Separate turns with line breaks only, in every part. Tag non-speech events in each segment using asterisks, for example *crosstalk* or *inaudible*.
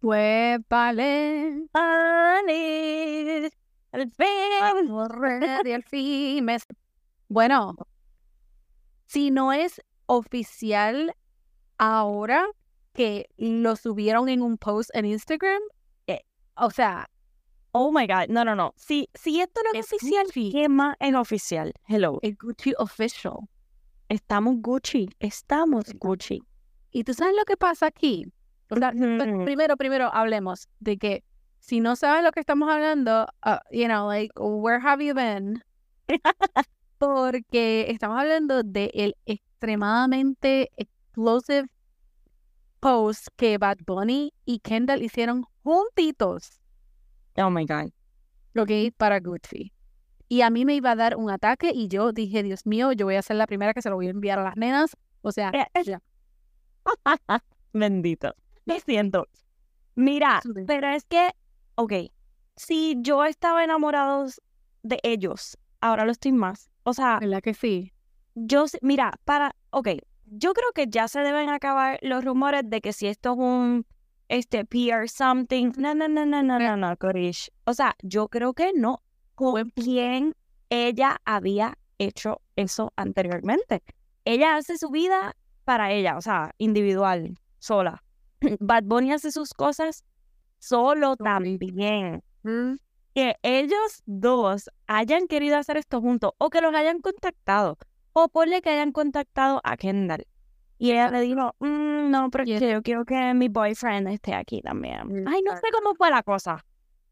Fue vale,
Vale, al fin.
correr y al fin me- Bueno, si no es oficial ahora que lo subieron en un post en Instagram, eh, o sea,
Oh my God. No, no, no. Si, si esto no es,
Es
oficial,
Gucci.
¿qué más es oficial? Hello.
el Gucci official.
Estamos Gucci. Estamos
Estamos.
Gucci.
Y tú sabes lo que pasa aquí. O sea, *laughs*
Ujú.
Pero Pues, primero, primero hablemos de que si no sabes lo que estamos hablando, uh, you know, like, where have you been? *laughs* Porque estamos hablando de el extremadamente explosive post que Bad Bunny y Kendall hicieron juntitos,
Oh my God.
ok, para Gucci. Y a mí me iba a dar un ataque y yo dije, Dios mío, yo voy a ser la primera que se lo voy a enviar a las nenas. O sea,
Eh, eh.
ya.
*laughs* Bendito. Lo siento. Mira,
Sube.
pero es que, ok, si yo estaba enamorado de ellos, ahora lo estoy más. O sea,
¿verdad que sí?
yo, s- mira, para, ok, yo creo que ya se deben acabar los rumores de que si esto es un, este, PR something, no, no, no, no, no, no, no, Corish. O sea, yo creo que no, con quién ella había hecho eso anteriormente. Ella hace su vida para ella, o sea, individual, sola. *clears throat* Bad Bunny hace sus cosas solo
Solito.
también que ellos dos hayan querido hacer esto juntos o que los hayan contactado o ponle que hayan contactado a Kendall. Y ella le dijo, "Mm, no, pero es
Yes.
que yo quiero que mi boyfriend esté aquí también.
Mm,
Ay, no sé cómo fue la cosa.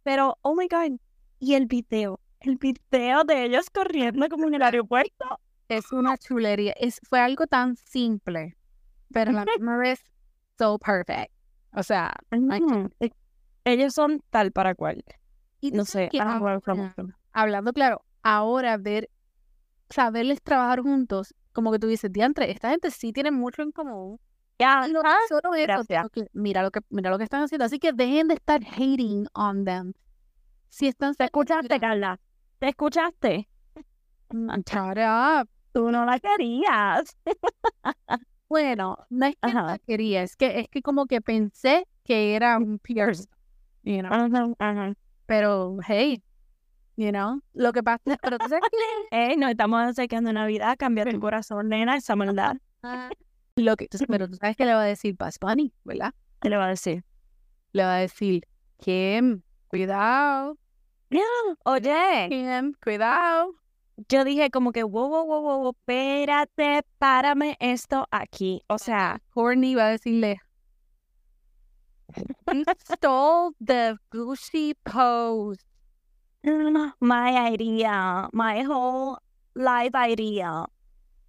Pero, oh my God, y el video, el video de ellos corriendo como en el aeropuerto.
Es una chulería. Es, fue algo tan simple, pero a la misma vez, so perfect. O sea, Ay,
Mm, eh, Ellos son tal para cual.
y tú
No
sabes
sé.
que
I don't know
ahora,
from- from-
hablando claro, ahora ver, saberles trabajar juntos, como que tú dices, diantre, esta gente sí tiene mucho en común.
Ya,
Ah, no,
ah,
solo eso,
gracias.
sino que mira lo que mira lo que están haciendo. Así que dejen de estar hating on them. Si están
¿Te escuchaste, Carla? ¿Te escuchaste?
Shut up.
Tú no la querías.
Bueno, no es que no
Ajá.
quería, es que es que como que pensé que era un piercing, you know.
Ajá, ajá.
pero hey, you know, lo que pasa, pero tú sabes que-
Ey, nos estamos acercando a Navidad, cambia tu corazón, nena, esa maldad.
lo que, tú- pero tú sabes que le va a decir Bad Bunny, ¿verdad?
¿Qué le va a decir?
Le va a decir Kim, cuidado,
*laughs* Oye,
Kim, cuidado.
yo dije como que, wow, wow, wow, wow, wow, espérate, párame esto aquí. O sea, *gasps*
Courtney va a decirle You stole the Gucci pose.
my idea, my whole life idea.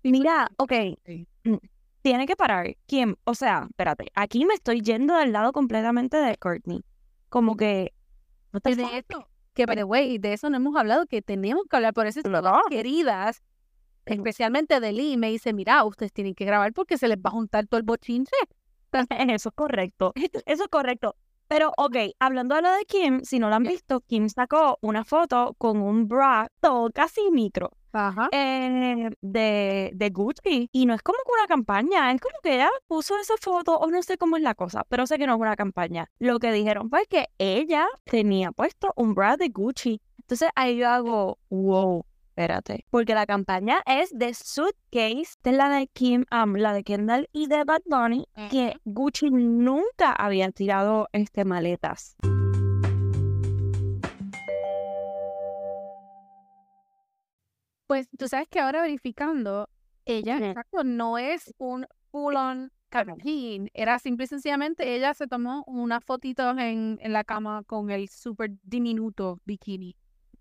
Mira, ok, mm,
Sí.
tiene que parar. ¿Quién? O sea, espérate, aquí me estoy yendo del lado completamente de Courtney. Como que, what the
Y de
fuck?
esto, que by the way, de eso no hemos hablado, que tenemos que hablar, por eso
No, no.
queridas, especialmente de Lee, me dice, mira, ustedes tienen que grabar porque se les va a juntar todo el bochinche.
Eso es correcto. Eso es correcto. Pero, ok, hablando de lo de Kim, si no lo han
Ya.
visto, Kim sacó una foto con un bra todo casi micro
Ajá.
eh, de, de Gucci. Y no es como que una campaña, es como que ella puso esa foto o no sé cómo es la cosa, pero sé que no es una campaña. Lo que dijeron fue que ella tenía puesto un bra de Gucci. Entonces ahí yo hago, wow, espérate. Porque la campaña es de Suitcase, de la de Kim, um, la de Kendall y de Bad Bunny, que Gucci nunca había tirado este maletas.
Pues tú sabes que ahora verificando, ella
Ujú.
exacto, no es un full-on campaign. Era simple y sencillamente, ella se tomó unas fotitos en, en la cama con el súper diminuto bikini.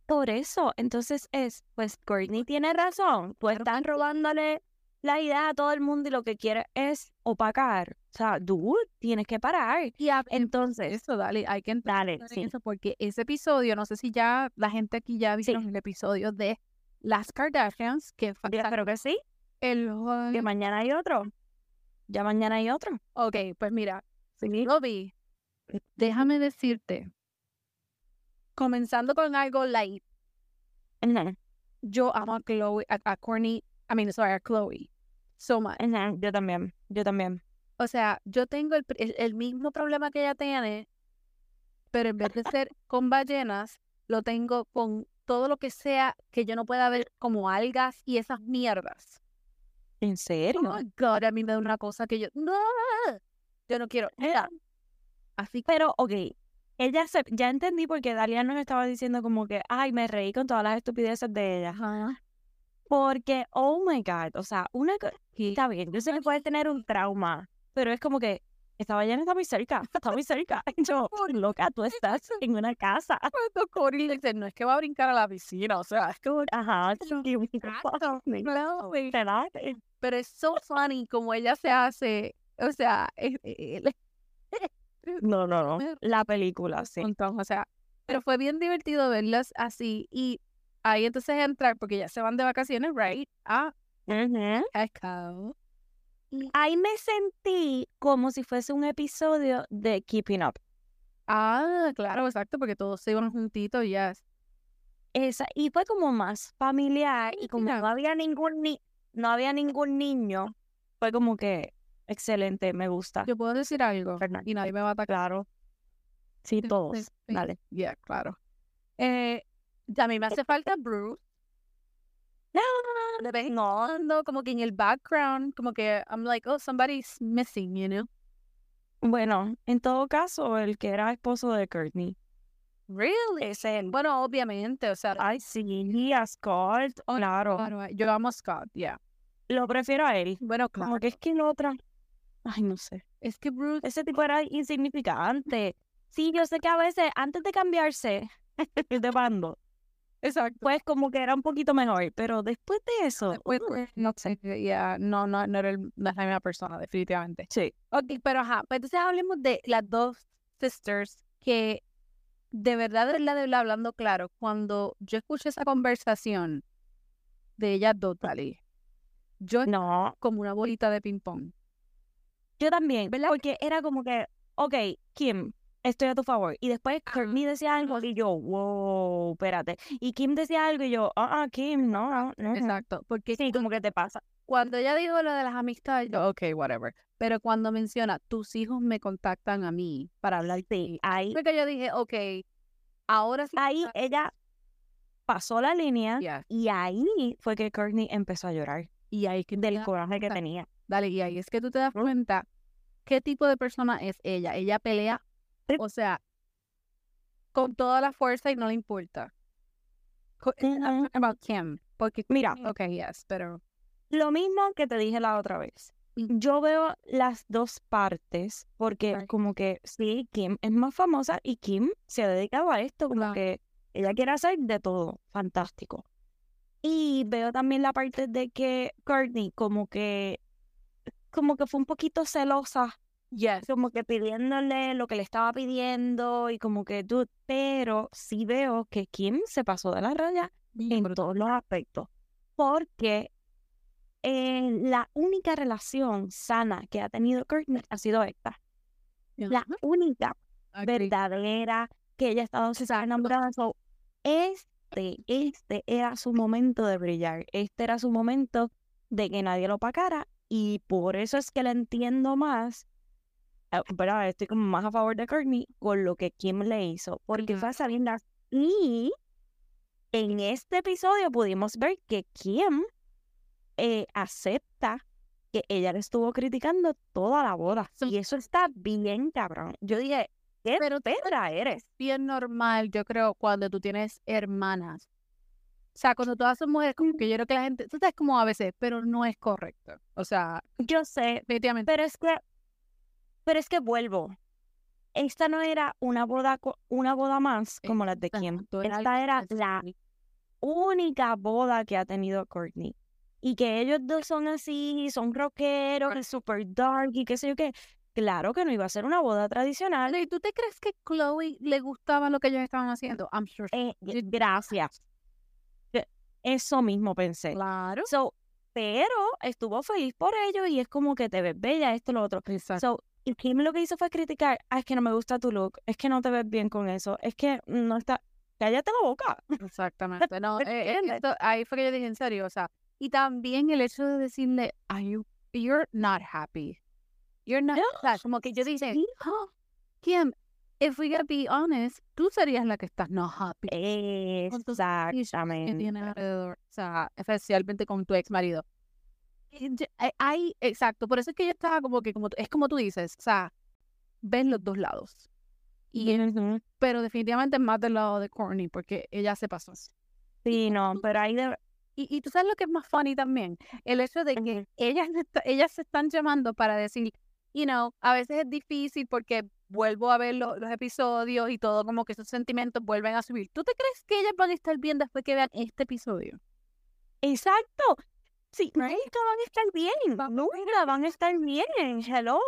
Por eso, entonces es, pues Courtney tiene razón, pues
Claro que
están robándole la idea a todo el mundo y lo que quiere es opacar. O sea, dude, tienes que parar.
Y hab-
Entonces,
eso, dale, hay que entrar
dale,
en
sí.
eso porque ese episodio, no sé si ya la gente aquí ya vieron el episodio de las Kardashians, que fue
Yo espero que sí,
el
que mañana hay otro. Ya mañana hay otro.
Ok, pues mira,
Sí. Este
Robbie, déjame decirte, comenzando con algo light,
Ujú,
yo amo a Chloe, a, a Kourtney- I mean, sorry, a Chloe, so much.
ujú, Yo también, yo también.
O sea, yo tengo el, pr- el- el mismo problema que ella tiene, pero en vez de ser con ballenas, lo tengo con todo lo que sea que yo no pueda ver como algas y esas mierdas.
¿En
Oh
serio?
my God, a mí me da una cosa que yo no, yo no quiero.
Mira,
Así que
Pero, ok, ella se, ya entendí porque Dalia nos estaba diciendo como que, ay, me reí con todas las estupideces de ella. Porque, oh my God, o sea, una cosa, está bien, yo sé que puedes tener un trauma, pero es como que, esta ballena está muy cerca, está muy cerca. *laughs* Y Yo, loca, tú estás en una casa. *laughs*
cuando Cory le dice, no es que va a brincar a la piscina, o sea, es como
Ajá,
Exacto,
y-
exacto, claro.
Espérate.
pero es so funny como ella se hace, o sea, e, es- es- es-
No, no, no. La película, Ah, sí.
montón, o sea, pero fue bien divertido verlas así y ahí entonces entrar porque ya se van de vacaciones, right? A
Ujú.
Cabo.
Ahí me sentí como si fuese un episodio de Keeping Up.
Ah, claro, exacto, porque todos se iban juntitos y ya.
Esa, y fue como más familiar y como
Mira.
no había ningún ni no había ningún niño, fue como que excelente, me gusta.
Yo puedo decir algo
Fernan.
y nadie me va a atacar.
Claro. Sí,
*laughs*
todos.
Sí.
Dale.
Yeah, claro. Eh, a mí me hace falta Bruce.
*laughs*
De vez en cuando, como que en el background, como que I'm like, oh, somebody's missing, you know?
Bueno, en todo caso, el que era esposo de Courtney.
Really?
Es él.
Bueno, obviamente, o sea,
Ay, sí, a Scott.
Oh,
Claro.
claro, yo amo a Scott, yeah.
Lo prefiero a él.
Bueno, claro.
Como que es que la otra. Ay, no sé.
Es que Bruce,
Ese tipo era insignificante. Sí, yo sé que a veces, antes de cambiarse *laughs* de bando,
exacto.
pues como que era un poquito mejor, pero después de eso,
Después, pues,
mm,
*laughs* no sé, yeah, no, no, no era el- no es la misma persona, definitivamente.
sí.
Ok, pero ajá, pues entonces hablemos de las dos sisters que de verdad, de verdad, de verdad, hablando claro, cuando yo escuché esa conversación de ellas dos, Dali, yo estaba
No,
como una bolita de ping-pong.
yo también,
¿Verdad?
porque era como que, ok, Kim, estoy a tu favor. Y después Courtney decía algo y yo, wow, espérate. Y Kim decía algo y yo, ah, ah, Kim, no, no, no, no".
Exacto, porque
Sí, como que te pasa.
cuando ella dijo lo de las amistades, yo, ok, whatever. Pero cuando menciona, tus hijos me contactan a mí para hablar de
Sí, ahí,
Porque yo dije, ok, ahora sí. ah
ahí ella pasó la línea
ya.
y ahí fue que Courtney empezó a llorar
Y ahí es que tú te
del
das-
coraje que
Exacto.
tenía.
dale, y ahí es que tú te das cuenta qué tipo de persona es ella. Ella pelea,
Sí.
o sea, con toda la fuerza y no le importa. Co- I'm
Ujú.
talking About Kim, porque
Mira,
*laughs* ok, yes, pero
Lo mismo que te dije la otra vez.
Ujú.
Yo veo las dos partes porque
Right.
como que sí, Kim es más famosa y Kim se ha dedicado a esto, como
Claro.
que ella quiere hacer de todo, fantástico. Y veo también la parte de que Courtney como que como que fue un poquito celosa,
yes,
como que pidiéndole lo que le estaba pidiendo y como que tú, pero sí veo que Kim se pasó de la raya en
brutal.
todos los aspectos. Porque eh, la única relación sana que ha tenido Kirchner ha sido esta. La
Ajá,
única
agree.
verdadera que ella ha estado
Ah, Exacto.
enamorada. So, este, este era su momento de brillar. Este era su momento de que nadie lo pacara. Y por eso es que la entiendo más. eh, ¿verdad? Estoy como más a favor de Courtney con lo que Kim le hizo. Porque fue a sabiendas. Y en este episodio pudimos ver que Kim eh, acepta que ella le estuvo criticando toda la boda.
Sí.
Y eso está bien, cabrón. Yo dije, ¿qué
Pero
pero pedra
*laughs*
eres?
Bien normal, yo creo, cuando tú tienes hermanas. O sea, cuando todas son mujeres, como que yo creo que la gente, tú sabes como a veces, pero no es correcto. O sea,
Yo sé,
definitivamente.
pero es que, pero es que vuelvo. Esta no era una boda, co- una boda más como las de Kim.
Exacto, era
Esta era
algo
la
así.
única boda que ha tenido Courtney. Y que ellos dos son así, son rockeros, y super dark y qué sé yo qué. Claro que no iba a ser una boda tradicional.
¿Y tú te crees que Chloe le gustaba lo que ellos estaban haciendo? I'm sure.
Eh,
Ye-
gracias. Eh, Eso mismo
Eh,
pensé.
Claro.
So, pero estuvo feliz por ello y es como que te ves bella, esto, lo otro.
*laughs* Exacto.
So, y Kim lo que hizo fue criticar, "Ah, es que no me gusta tu look, es que no te ves bien con eso, es que no está... Cállate la boca.
*laughs* Exactamente. No,
¿me
eh, eh,
entiendes?
esto- ahí fue que yo dije en serio, o sea, y también el hecho de decirle, Are you, you're not happy. You're not, o sea, como que yo dije, "Ah,
Sí.
"Huh, Kim, if we gotta be honest, tú serías la que estás not happy. que
Exactamente.
tienes alrededor, o sea, especialmente con tu ex marido. Y yo- eh, Hay, exacto, por eso es que yo estaba como que, como, es como tú dices, o sea, ves los dos lados. Y,
Ujú.
pero definitivamente es más del lado de Courtney, porque ella se pasó.
Sí, no, pero ahí de...
Y, y tú sabes lo que es más funny también, el hecho de *laughs* que ellas, le está- ellas se están llamando para decir, you know, a veces es difícil porque vuelvo a ver lo- los episodios y todo, como que esos sentimientos vuelven a subir. ¿Tú te crees que ellas van a estar bien después que vean este episodio?
Exacto. Sí,
Right?
nunca van a estar bien.
Va-
Nunca van a estar bien. Hello.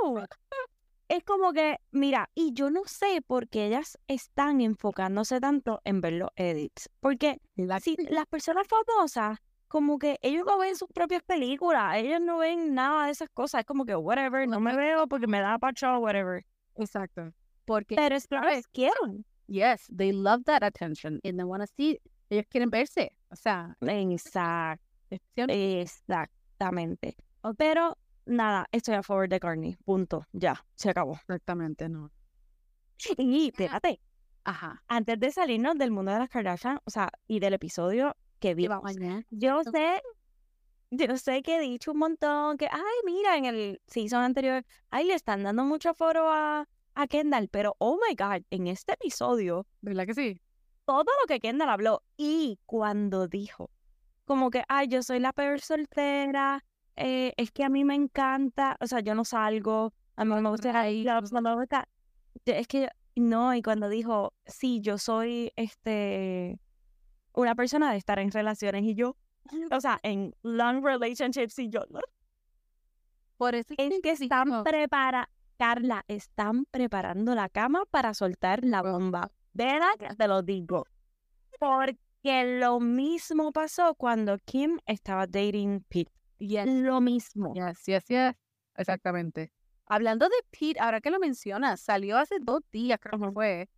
Es como que, mira, y yo no sé por qué ellas están enfocándose tanto en ver los edits. Porque si las personas famosas, como que ellos no ven sus propias películas, ellos no ven nada de esas cosas. Es como que, whatever, no me veo porque me da pacho, whatever.
Exacto. Porque,
Pero es claro, es quieren.
yes, they love that attention and they want to see, ellos quieren verse. O sea,
Exacto.
excepción-
Exactamente. Pero nada, estoy a favor de Carney. Punto. Ya, se acabó.
exactamente, no.
Y espérate,
Ajá.
antes de salirnos del mundo de las Kardashian, o sea, y del episodio que
Y va
vimos,
mañana.
yo sé, yo sé que he dicho un montón que, ay, mira, en el season anterior, ay, le están dando mucho foro a, a Kendall, pero oh my God, en este episodio,
¿Verdad que sí?
todo lo que Kendall habló y cuando dijo, como que, ay, yo soy la peor soltera, eh, es que a mí me encanta, o sea, yo no salgo, a mí no me gusta
Ay,
ahí, me gusta. Yo- Es que, no, y cuando dijo, sí, yo soy este una persona de estar en relaciones y yo, o sea, en long relationships y yo, no,
Por eso
es que están
digo,
prepara, Carla, están preparando la cama para soltar la bomba. ¿Verdad? que Te lo digo. Porque lo mismo pasó cuando Kim estaba dating Pete.
yes,
Lo mismo.
yes, yes, yes. Exactamente. Hablando de Pete, ahora que lo mencionas, salió hace dos días, creo que
Ajá.
fue,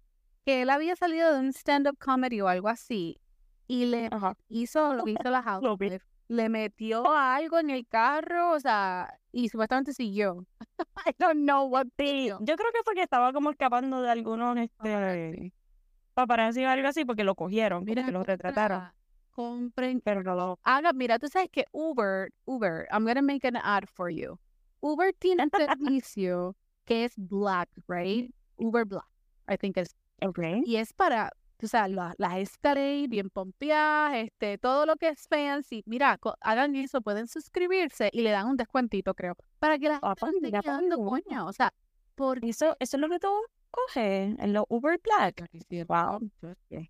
que él había salido de un stand-up comedy o algo así y le
Ajá.
hizo lo que hizo la
*laughs* Lo vi.
housewife. Le metió algo en el carro, o sea, y supuestamente siguió. *laughs* I don't know what
Sí,
video.
yo creo que fue que estaba como escapando de algunos este,
Sí.
paparazzi o algo así porque lo cogieron, porque lo
compra,
retrataron.
Compren.
Pero no lo...
Haga, Ah, mira, tú sabes que Uber, Uber, I'm gonna make an ad for you. Uber tiene un
*laughs*
servicio que es Black, right? Uber Black, I think es.
Ok.
Y es para, tú sabes, la- las Escalade, bien pompeadas, este, todo lo que es fancy. Mira, co- hagan eso, pueden suscribirse y le dan un descuentito, creo, para que la
Ah,
gente
pues
no esté
mira, pues
quedando
bueno.
coño. O sea, por
Eso, eso es lo que tú coges en los Uber Black. Wow. *laughs*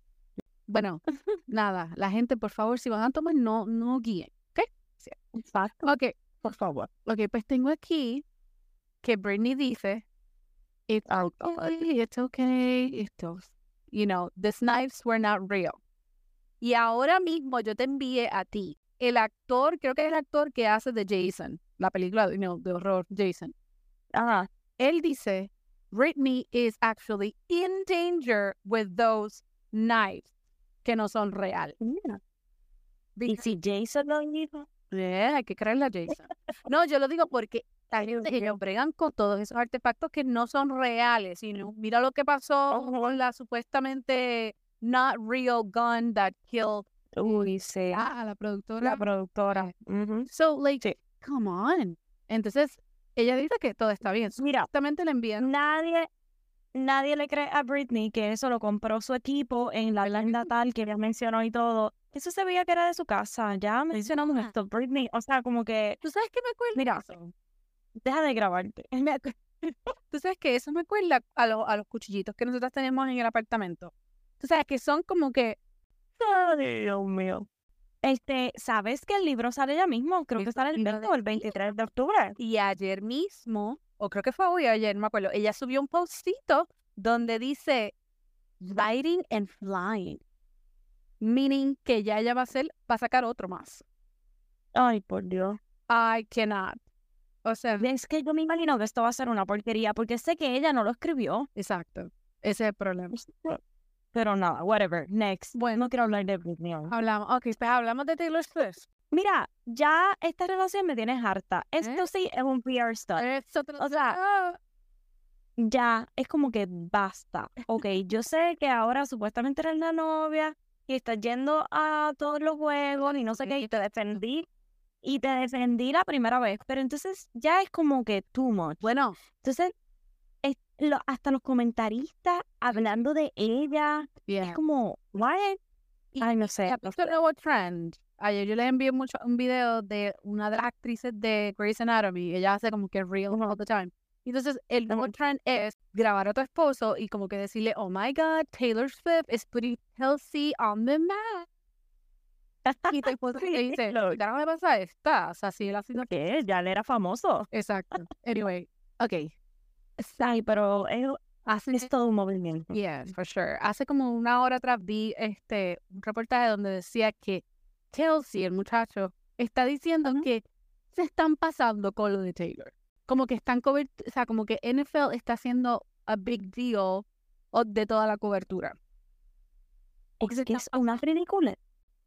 Bueno, nada, la gente, por favor, si van a tomar, no, no guíen.
Exacto.
Ok,
Por favor.
Ok, pues tengo aquí que Britney dice, it's
Ah, ok.
okay, it's okay, estos, you know, the knives were not real. Y ahora mismo yo te envié a ti el actor, creo que es el actor que hace de Jason, la película you know, de horror Jason.
Ajá.
Él dice, Britney is actually in danger with those knives que no son real.
Mira. Y
Because-
si Jason lo dijo,
Eh, hay que creerle a Jason. No, yo lo digo porque la gente *laughs* que ellos bregan con todos esos artefactos que no son reales. Y no- mira lo que pasó con la supuestamente not real gun that killed
uy, se
a, a Ah, la
"Ah, la
productora.
productora. *laughs* Ujú.
So, like,
Sí.
come on. Entonces, ella dice que todo está bien.
Mira,
Supuestamente le envían.
nadie, nadie le cree a Britney que eso lo compró su equipo en la tienda tal que ya mencionó y todo. Eso se veía que era de su casa. Ya mencionamos
Ajá.
esto, Britney. O sea, como que
¿Tú sabes qué me acuerda?
Mira.
eso?
deja de grabarte. *laughs*
Me acu- Tú sabes que eso me acuerda a, lo- a los cuchillitos que nosotros tenemos en el apartamento. Tú sabes que son como que
Ay, Dios mío. Este, ¿sabes que el libro sale ya mismo? Creo que
Eso
sale el
iba a
20 o el 23 de octubre.
Y ayer mismo, o creo que fue hoy o ayer, no me acuerdo, ella subió un postito donde dice writing and flying. Meaning que ya ella va a hacer, va a sacar otro más.
Ay, por Dios.
I cannot. O sea,
Es que yo me imagino que esto va a ser una porquería porque sé que ella no lo escribió.
exacto. Ese es el problema.
Pero nada, whatever. Next.
Bueno.
no quiero hablar de Britney. ahora.
Hablamos, ok, pues hablamos de Taylor Swift.
Mira, ya esta relación me tiene harta. Esto
¿Eh?
sí es un PR stunt.
Eso te lo-
O sea,
Ah,
ya es como que
*laughs*
basta. Ok, yo sé que ahora supuestamente eres la novia y estás yendo a todos los juegos y no sé qué, y te defendí. Y te defendí la primera vez, pero entonces ya es como que too much.
Bueno,
Entonces, es- lo- hasta los comentaristas hablando de ella, es
yeah.
como, what?
Y- pues,
Ay, no sé.
¿Has
no
visto el
sé.
nuevo trend? Ayer yo les envié mucho un video de una de las actrices de Grey's Anatomy. Ella hace como que reels all the time. Entonces, el nuevo
Ujú.
trend es grabar a tu esposo y como que decirle, oh my God, Taylor Swift is putting Kelsey on the map. Y tu esposo te dice,
Lo-
ya no me pasa esta. O sea, si él ha sido...
¿Qué? Ya le era famoso.
Exacto. Anyway, ok.
Ay, pero es,
Hace
es todo un movimiento.
Yes, for sure. Hace como una hora atrás vi este un reportaje donde decía que Kelsey, el muchacho, está diciendo
Ajá.
que se están pasando con lo de Taylor. Como que están cobert- o sea, como que NFL está haciendo a big deal o- de toda la cobertura.
Es que es una ridiculez.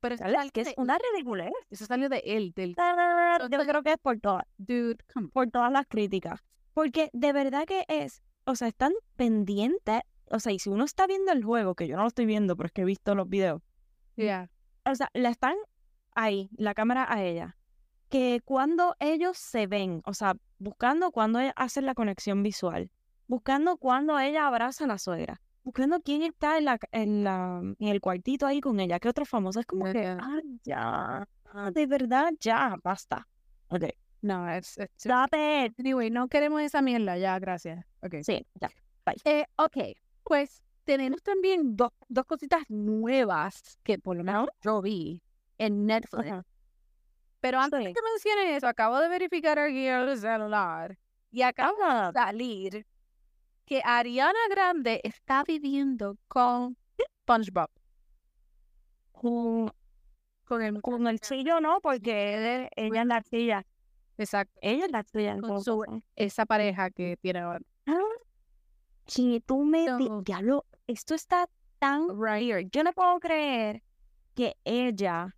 Pero eso,
¿Sabes?
salió
Que es
de-
una ridiculez.
eso salió de él, del
Yo creo que es por todas,
dude. Come on.
por todas las críticas. Porque de verdad que es, o sea, están pendientes. O sea, y si uno está viendo el juego, que yo no lo estoy viendo, pero es que he visto los videos.
Yeah.
O sea, la están ahí, la cámara a ella. Que cuando ellos se ven, o sea, buscando cuando ella hace la conexión visual, buscando cuando ella abraza a la suegra, buscando quién está en, la, ca- en, la, en el cuartito ahí con ella, que otro famoso es como que,
Yeah.
ah, ya, de verdad, ya, basta. Ok,
No, es, es too-
stop it.
Anyway, no queremos esa mierda, ya, gracias. Okay.
Sí, ya.
Eh, ok, pues tenemos también dos, dos cositas nuevas que por lo menos yo vi en Netflix.
Ajá.
Pero antes
Sí.
de que mencionen eso, acabo de verificar aquí el celular y acaba
Habla.
de salir que Ariana Grande está viviendo con SpongeBob,
Con,
con el
con el chillo, ¿no? Porque él- ella es la chilla.
exacto,
Ella es la chilla.
Con
entonces,
su- esa pareja que tiene ahora.
Ah, Si tú me di-
Todo.
diablo, esto está tan weird. Yo no puedo creer que ella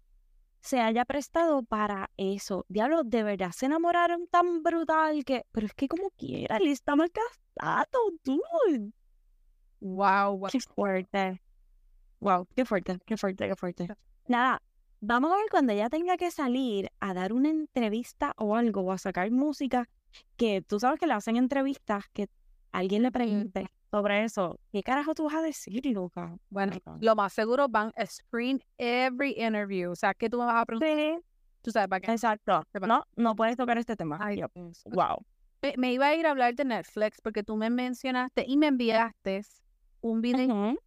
se haya prestado para eso. Diablo, de verdad se enamoraron tan brutal que. Pero es que como quiera, él está mal casado, dude.
Wow, wow.
Qué fuerte. Wow, qué fuerte, qué fuerte, qué fuerte. Nada, vamos a ver cuando ella tenga que salir a dar una entrevista o algo, o a sacar música, que tú sabes que le hacen entrevistas, que alguien le pregunte sobre eso. ¿Qué carajo tú vas a decir, loca?
Bueno,
Ajá.
lo más seguro van a screen every interview. O sea, que tú me vas a preguntar,
Sí,
tú sabes, para que...
exacto.
Sepa-
No, no puedes tocar este tema.
Ay,
Yep.
Dios.
Wow.
Me, eh, me iba a ir a hablar de Netflix porque tú me mencionaste y me enviaste un video
Ujú.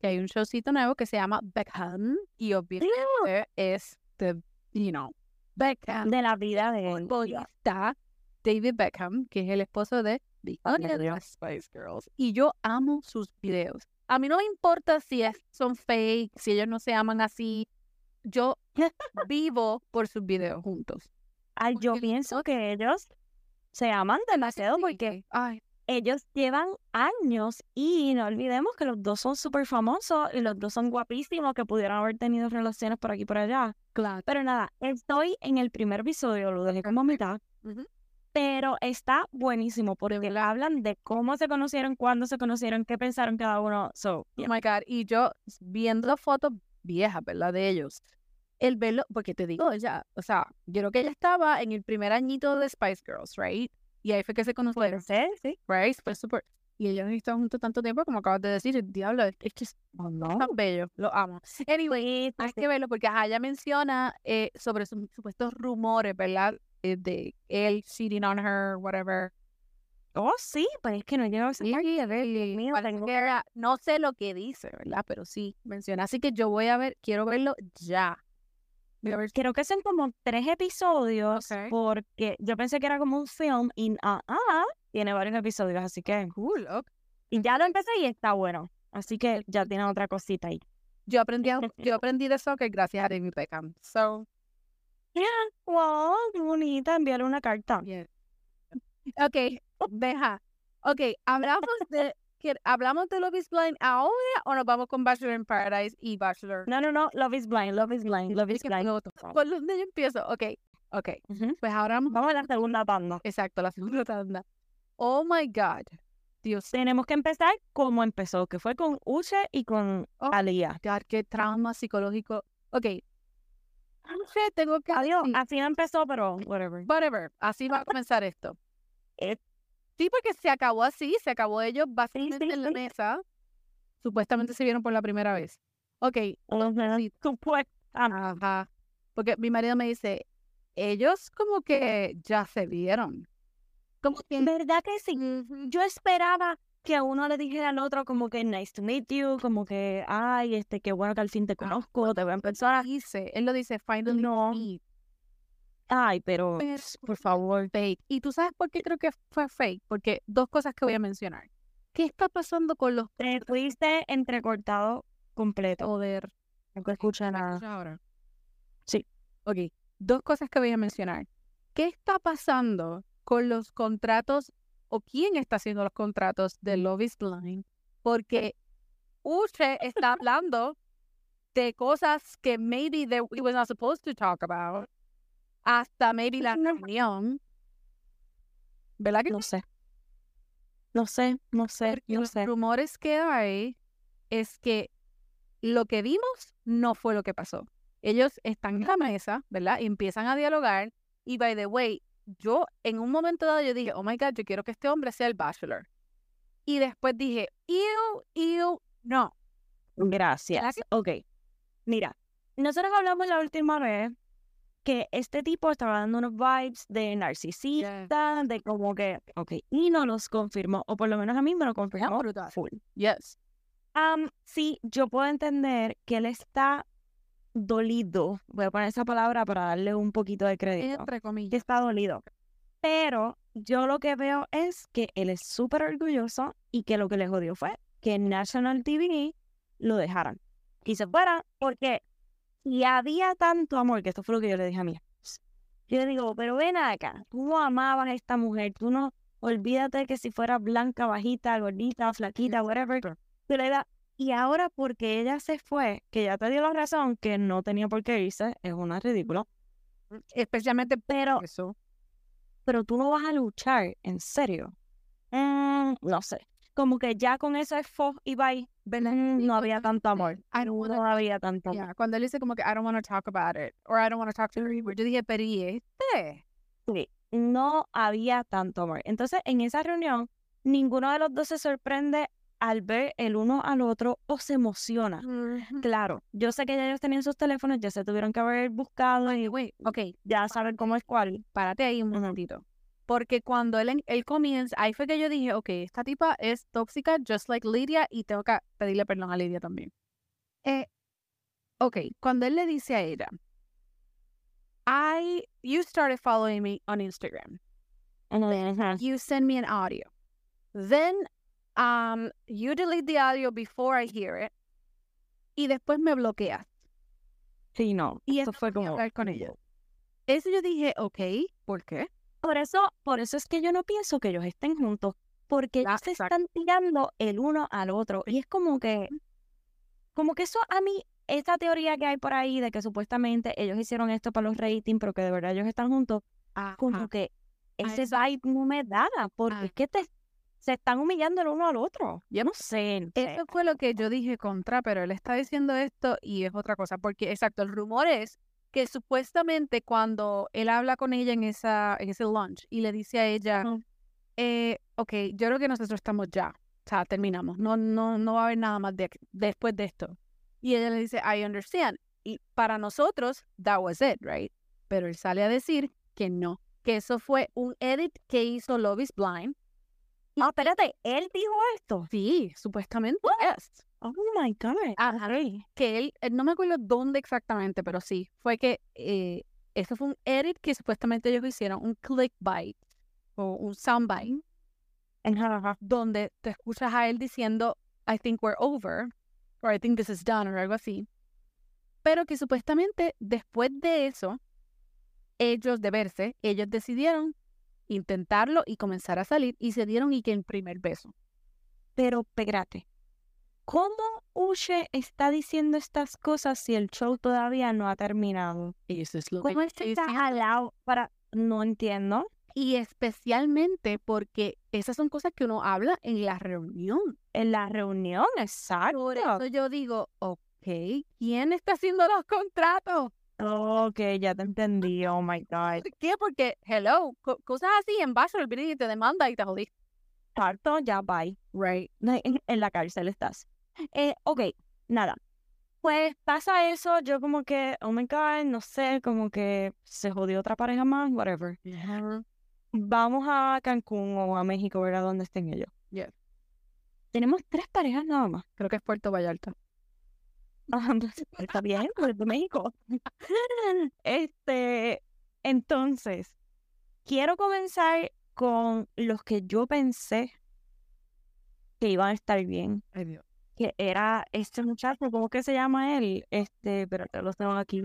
que hay un showcito nuevo que se llama Beckham y obviamente es de, you know, Beckham,
De la vida de él.
futbolista David Beckham, que es el esposo de Victoria de
Dios.
las Spice Girls. Y yo amo sus videos. A mí no me importa si es- son fake, si ellos no se aman así.
*laughs*
Yo vivo por sus videos juntos.
Ay, yo
Porque
pienso que ellos se aman demasiado porque
Ay,
ellos llevan años y no olvidemos que los dos son súper famosos y los dos son guapísimos que pudieron haber tenido relaciones por aquí y por allá.
claro.
Pero nada, estoy en el primer episodio, lo dejé como a mitad,
Ujú.
pero está buenísimo porque
verdad.
hablan de cómo se conocieron, cuándo se conocieron, qué pensaron cada uno. So,
Oh
yeah.
my God. Y yo viendo las fotos viejas, ¿verdad? De ellos. El verlo, porque te digo, ella, o sea, yo creo que ella estaba en el primer añito de Spice Girls, right? Y ahí fue que se conocieron,
Sí, sí.
right? Fue súper. Y ellos han estado juntos tanto tiempo, como acabas de decir, el diablo, es es que es
Oh, no.
tan bello, lo amo. Anyway,
Sí, sí,
hay
sí.
Ah, que verlo, porque ajá, ella menciona eh, sobre sus supuestos rumores, ¿verdad? Eh, de él cheating on her, whatever.
Oh, sí, pues es que no llegó a esa
Sí,
parte.
a ver, y
mío,
cual
tengo-
quiera, no sé lo que dice, ¿verdad? Pero sí menciona. Así que yo voy a ver, quiero verlo ya. Voy a ver-
Creo que son como tres episodios
Ok.
porque yo pensé que era como un film y ah, ah, tiene varios episodios, así que
Cool, ok.
y ya lo empecé y está bueno. Así que ya tiene otra cosita ahí. *laughs*
Yo aprendí, *laughs* a- yo aprendí de soccer gracias a David Beckham. So,
Wow, qué bonita, enviarle una carta.
bien. Ok, deja. Ok, hablamos de, que- ¿hablamos de Love is Blind ahora o nos vamos con Bachelor in Paradise y Bachelor?
No, no, no, Love is Blind, Love is Blind, Love
Es
is
que
Blind.
fue otro. ¿Por dónde yo empiezo? Ok, ok.
Ujú.
Pues ahora vamos
Vamos a la segunda banda.
Exacto, la segunda tanda. Oh my God. Dios
Tenemos que empezar como empezó, que fue con Usher y con
Oh.
Alía.
God, qué trauma psicológico. Ok. No sé, tengo que...
Adiós.
sí,
Así no empezó, pero whatever.
Whatever. Así va a comenzar esto.
Eh.
Sí, porque se acabó así. Se acabó ellos básicamente
sí,
en la
sí.
mesa. Supuestamente se vieron por la primera vez. Ok.
Ujú. *laughs*
sí.
Supuestamente.
Ajá. Porque mi marido me dice, ellos como que ya se vieron. Como que...
¿Verdad que sí?
Ujú.
Yo esperaba que uno le dijera al otro como que nice to meet you, como que ay, este, qué bueno que al fin te conozco, te veo en persona.
dice, él lo dice, finally
No.
meet,
Ay, pero
Pero-
ps, por favor.
fake. Y tú sabes por qué creo que fue fake, porque dos cosas que voy a mencionar. ¿Qué está pasando con los
Te fuiste entrecortado completo.
poder?
No te escuché
¿Me
nada.
escuchas ahora?
Sí.
Ok, dos cosas que voy a mencionar. ¿Qué está pasando con los contratos o quién está haciendo los contratos de Love is Blind? Porque Usher está hablando de cosas que maybe that we were not supposed to talk about. Hasta maybe la
No.
reunión. ¿Verdad que
No sé. No sé, no sé,
Porque
no
los
sé.
rumores que hay es que lo que vimos no fue lo que pasó. Ellos están en la mesa, ¿verdad? Y empiezan a dialogar. Y by the way, yo en un momento dado yo dije, oh my God, yo quiero que este hombre sea el bachelor. Y después dije, ew, ew, no.
Gracias.
que-
Ok. Mira, nosotros hablamos la última vez que este tipo estaba dando unos vibes de narcisista, de como que, ok, y no los confirmó, o por lo menos a mí me lo confirmó
brutal.
full.
Yes.
Am, sí, yo puedo entender que él está dolido, voy a poner esa palabra para darle un poquito de crédito,
Entre
que
comillas.
está dolido, pero yo lo que veo es que él es súper orgulloso y que lo que le jodió fue que en National TV lo dejaran y se fueran porque si había tanto amor, que esto fue lo que yo le dije a mi ex, yo le digo, pero ven acá, tú amabas a esta mujer, tú no, olvídate que si fuera blanca, bajita, gordita, flaquita, whatever,
claro.
tú le das. Y ahora porque ella se fue, que ya te dio la razón, que no tenía por qué irse, es una ridícula,
Especialmente por
pero
eso.
pero tú no vas a luchar, en serio. Mm, no sé. Como que ya con eso es fo y bye.
¿Verdad?
Mm, no había
cuando
tanto amor.
"Este, I don't wanna-
No había tanto amor.
Yeah, Cuando él dice como que I don't want to talk about it or I don't want to talk to her anymore", Yo dije, pero ¿y este?
Sí, No había tanto amor. Entonces, en esa reunión, ninguno de los dos se sorprende al ver el uno al otro o se emociona. Claro, yo sé que ya ellos tenían sus teléfonos, ya se tuvieron que haber buscado y
Wait, eh, ok,
ya saben cómo es cuál.
párate ahí un
Ujú.
momentito. Porque cuando él, en- él comienza, ahí fue que yo dije, ok, esta tipa es tóxica, just like Lidia, y tengo que pedirle perdón a Lidia también. Eh, ok, cuando él le dice a ella, I, you started following me on Instagram.
Ujú.
You send me an audio. Then, um, you delete the audio before I hear it. Y después me bloqueas.
Sí, no.
Y
Eso
esto
fue
voy a
como.
hablar con ella. Eso yo dije, ok, ¿por qué?
Por eso, por eso es que yo no pienso que ellos estén juntos, porque
La-
ellos se
Ah, exacto.
están tirando el uno al otro. Y es como que, como que eso a mí, esta teoría que hay por ahí de que supuestamente ellos hicieron esto para los ratings, pero que de verdad ellos están juntos, como
Ajá. Ah.
que ese
Ajá.
vibe no me da, porque
Ajá.
es que te, se están humillando el uno al otro.
Yep.
Yo no sé. no sé.
Eso fue lo que yo dije contra, pero él está diciendo esto y es otra cosa, porque exacto, el rumor es que supuestamente cuando él habla con ella en, esa, en ese lunch y le dice a ella,
Ujú.
eh, ok, yo creo que nosotros estamos ya, o sea, terminamos, no, no, no va a haber nada más de, aquí- después de esto. Y ella le dice, I understand. Y para nosotros, that was it, right? Pero él sale a decir que no, que eso fue un edit que hizo Love is Blind.
No, Ah, espérate, él dijo esto.
Sí, supuestamente. yes.
Oh my God.
Ajá.
Ari.
que él, eh, no me acuerdo dónde exactamente, pero sí, fue que eh, eso fue un edit que supuestamente ellos hicieron, un clickbait o un soundbite,
Ajá, ajá.
donde te escuchas a él diciendo, I think we're over, or I think this is done, o algo así. Pero que supuestamente después de eso, ellos de verse, ellos decidieron intentarlo y comenzar a salir y se dieron y que el primer beso.
Pero espérate, ¿cómo Ushe está diciendo estas cosas si el show todavía no ha terminado?
Eso es lo
¿Cómo él se está jalado para...? No entiendo.
Y especialmente porque esas son cosas que uno habla en la reunión.
En la reunión, exacto.
Por eso yo digo, ok, ¿quién está haciendo los contratos?
Ok, ya te entendí. Oh my God.
¿Por qué? Porque, hello, co- cosas así en Bachelor vienen y te demanda y te jodiste.
Tarto, ya bye.
Right.
No, En, en la cárcel estás. Eh, ok, nada. Pues pasa eso, yo como que, oh my God, no sé, como que se jodió otra pareja más, whatever. Vamos a Cancún o a México, ¿verdad? Donde estén ellos.
Yeah.
Tenemos tres parejas nada más. *laughs*
Creo que es Puerto Vallarta.
Ajá, Está bien, pues, de México. *laughs* Este, entonces, quiero comenzar con los que yo pensé que iban a estar bien.
Ay, Dios.
Que era este muchacho, ¿cómo que se llama él? Este, pero los tengo aquí.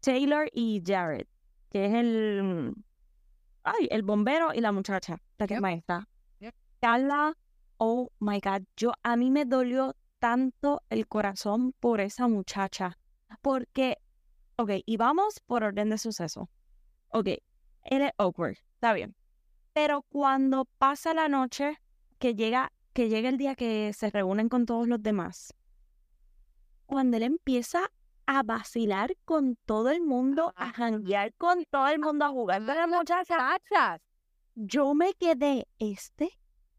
Taylor y Jared, que es el, mm, ay, el bombero y la muchacha, la que es
Yep.
maestra.
Yep.
Carla, oh my God, yo, a mí me dolió tanto el corazón por esa muchacha. Porque, ok, y vamos por orden de suceso. Ok, él es awkward, está bien. Pero cuando pasa la noche, que llega, que llega el día que se reúnen con todos los demás, cuando él empieza a vacilar con todo el mundo, a janguear con todo el mundo, a jugar con la muchacha,
Chachas.
yo me quedé este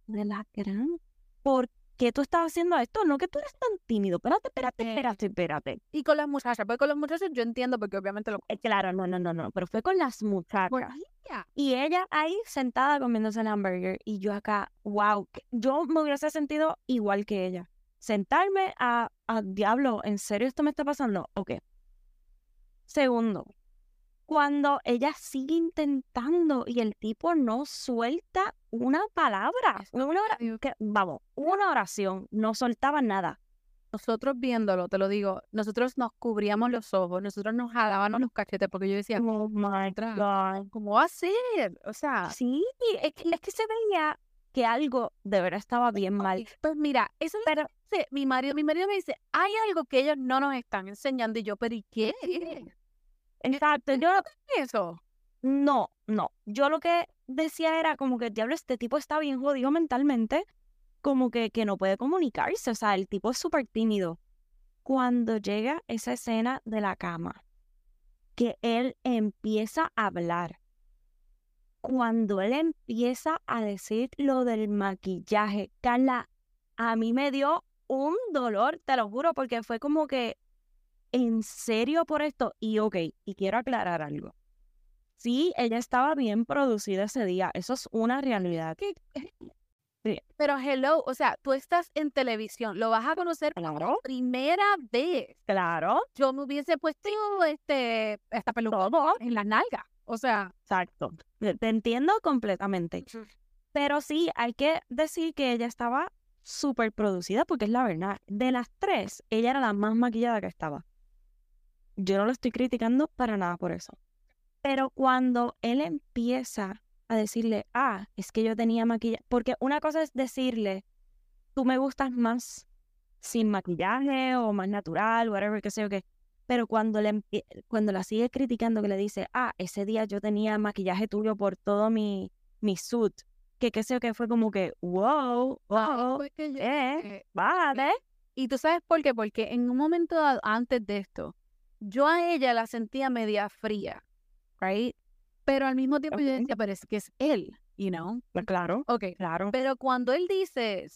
de la gran. ¿Por qué tú estás haciendo esto? No que tú eres tan tímido. Espérate, espérate,
Eh.
espérate, espérate.
Y con las muchachas, pues con los muchachos yo entiendo porque obviamente lo...
Eh, claro, no, no, no, no. Pero fue con las muchachas.
Ya.
Y ella ahí sentada comiéndose el hamburger y yo acá, wow, que- yo me hubiese sentido igual que ella. Sentarme a, a diablo, ¿en serio esto me está pasando? Ok. Segundo, cuando ella sigue intentando y el tipo no suelta una palabra, una, ora- que- vamos, una oración, no soltaba nada.
Nosotros viéndolo, te lo digo, nosotros nos cubríamos los ojos, nosotros nos jalábamos los cachetes porque yo decía,
Oh my God.
¿cómo va a ser? O sea,
Sí, es que, es que se veía que algo de verdad estaba bien mal.
ok, pues mira, eso es lo que
Pero-
dice mi marido, mi marido me dice, hay algo que ellos no nos están enseñando y yo, pero ¿y qué? ¿Qué
Exacto, yo
es eso?
No, no. Yo lo que decía era como que, diablo, este tipo está bien jodido mentalmente, como que, que no puede comunicarse, o sea, el tipo es súper tímido. Cuando llega esa escena de la cama, que él empieza a hablar, cuando él empieza a decir lo del maquillaje, Carla, a mí me dio un dolor, te lo juro, porque fue como que, en serio por esto, y ok, y quiero aclarar algo. Sí, ella estaba bien producida ese día. Eso es una realidad.
Pero hello, o sea, tú estás en televisión, lo vas a conocer por
Claro,
primera vez.
claro,
Yo me hubiese puesto este, esta peluca
todo.
en las nalgas, o sea.
Exacto. Te te entiendo completamente. Pero sí, hay que decir que ella estaba súper producida porque es la verdad. De las tres, ella era la más maquillada que estaba. Yo no lo estoy criticando para nada por eso. Pero cuando él empieza a decirle, ah, es que yo tenía maquillaje, porque una cosa es decirle, tú me gustas más sin maquillaje o más natural, whatever, qué sé yo qué. Pero cuando, le empie- cuando la sigue criticando, que le dice, ah, ese día yo tenía maquillaje tuyo por todo mi, mi suit, que qué sé yo qué, fue como que, wow,
ay,
wow,
fue que yo-
eh,
eh,
vale.
Y tú sabes por qué, porque en un momento dado, antes de esto, yo a ella la sentía media fría, right? Pero al mismo tiempo yo
Ok.
decía, pero es que es él, you know?
Pues Claro,
Ok.
claro.
Pero cuando él dice,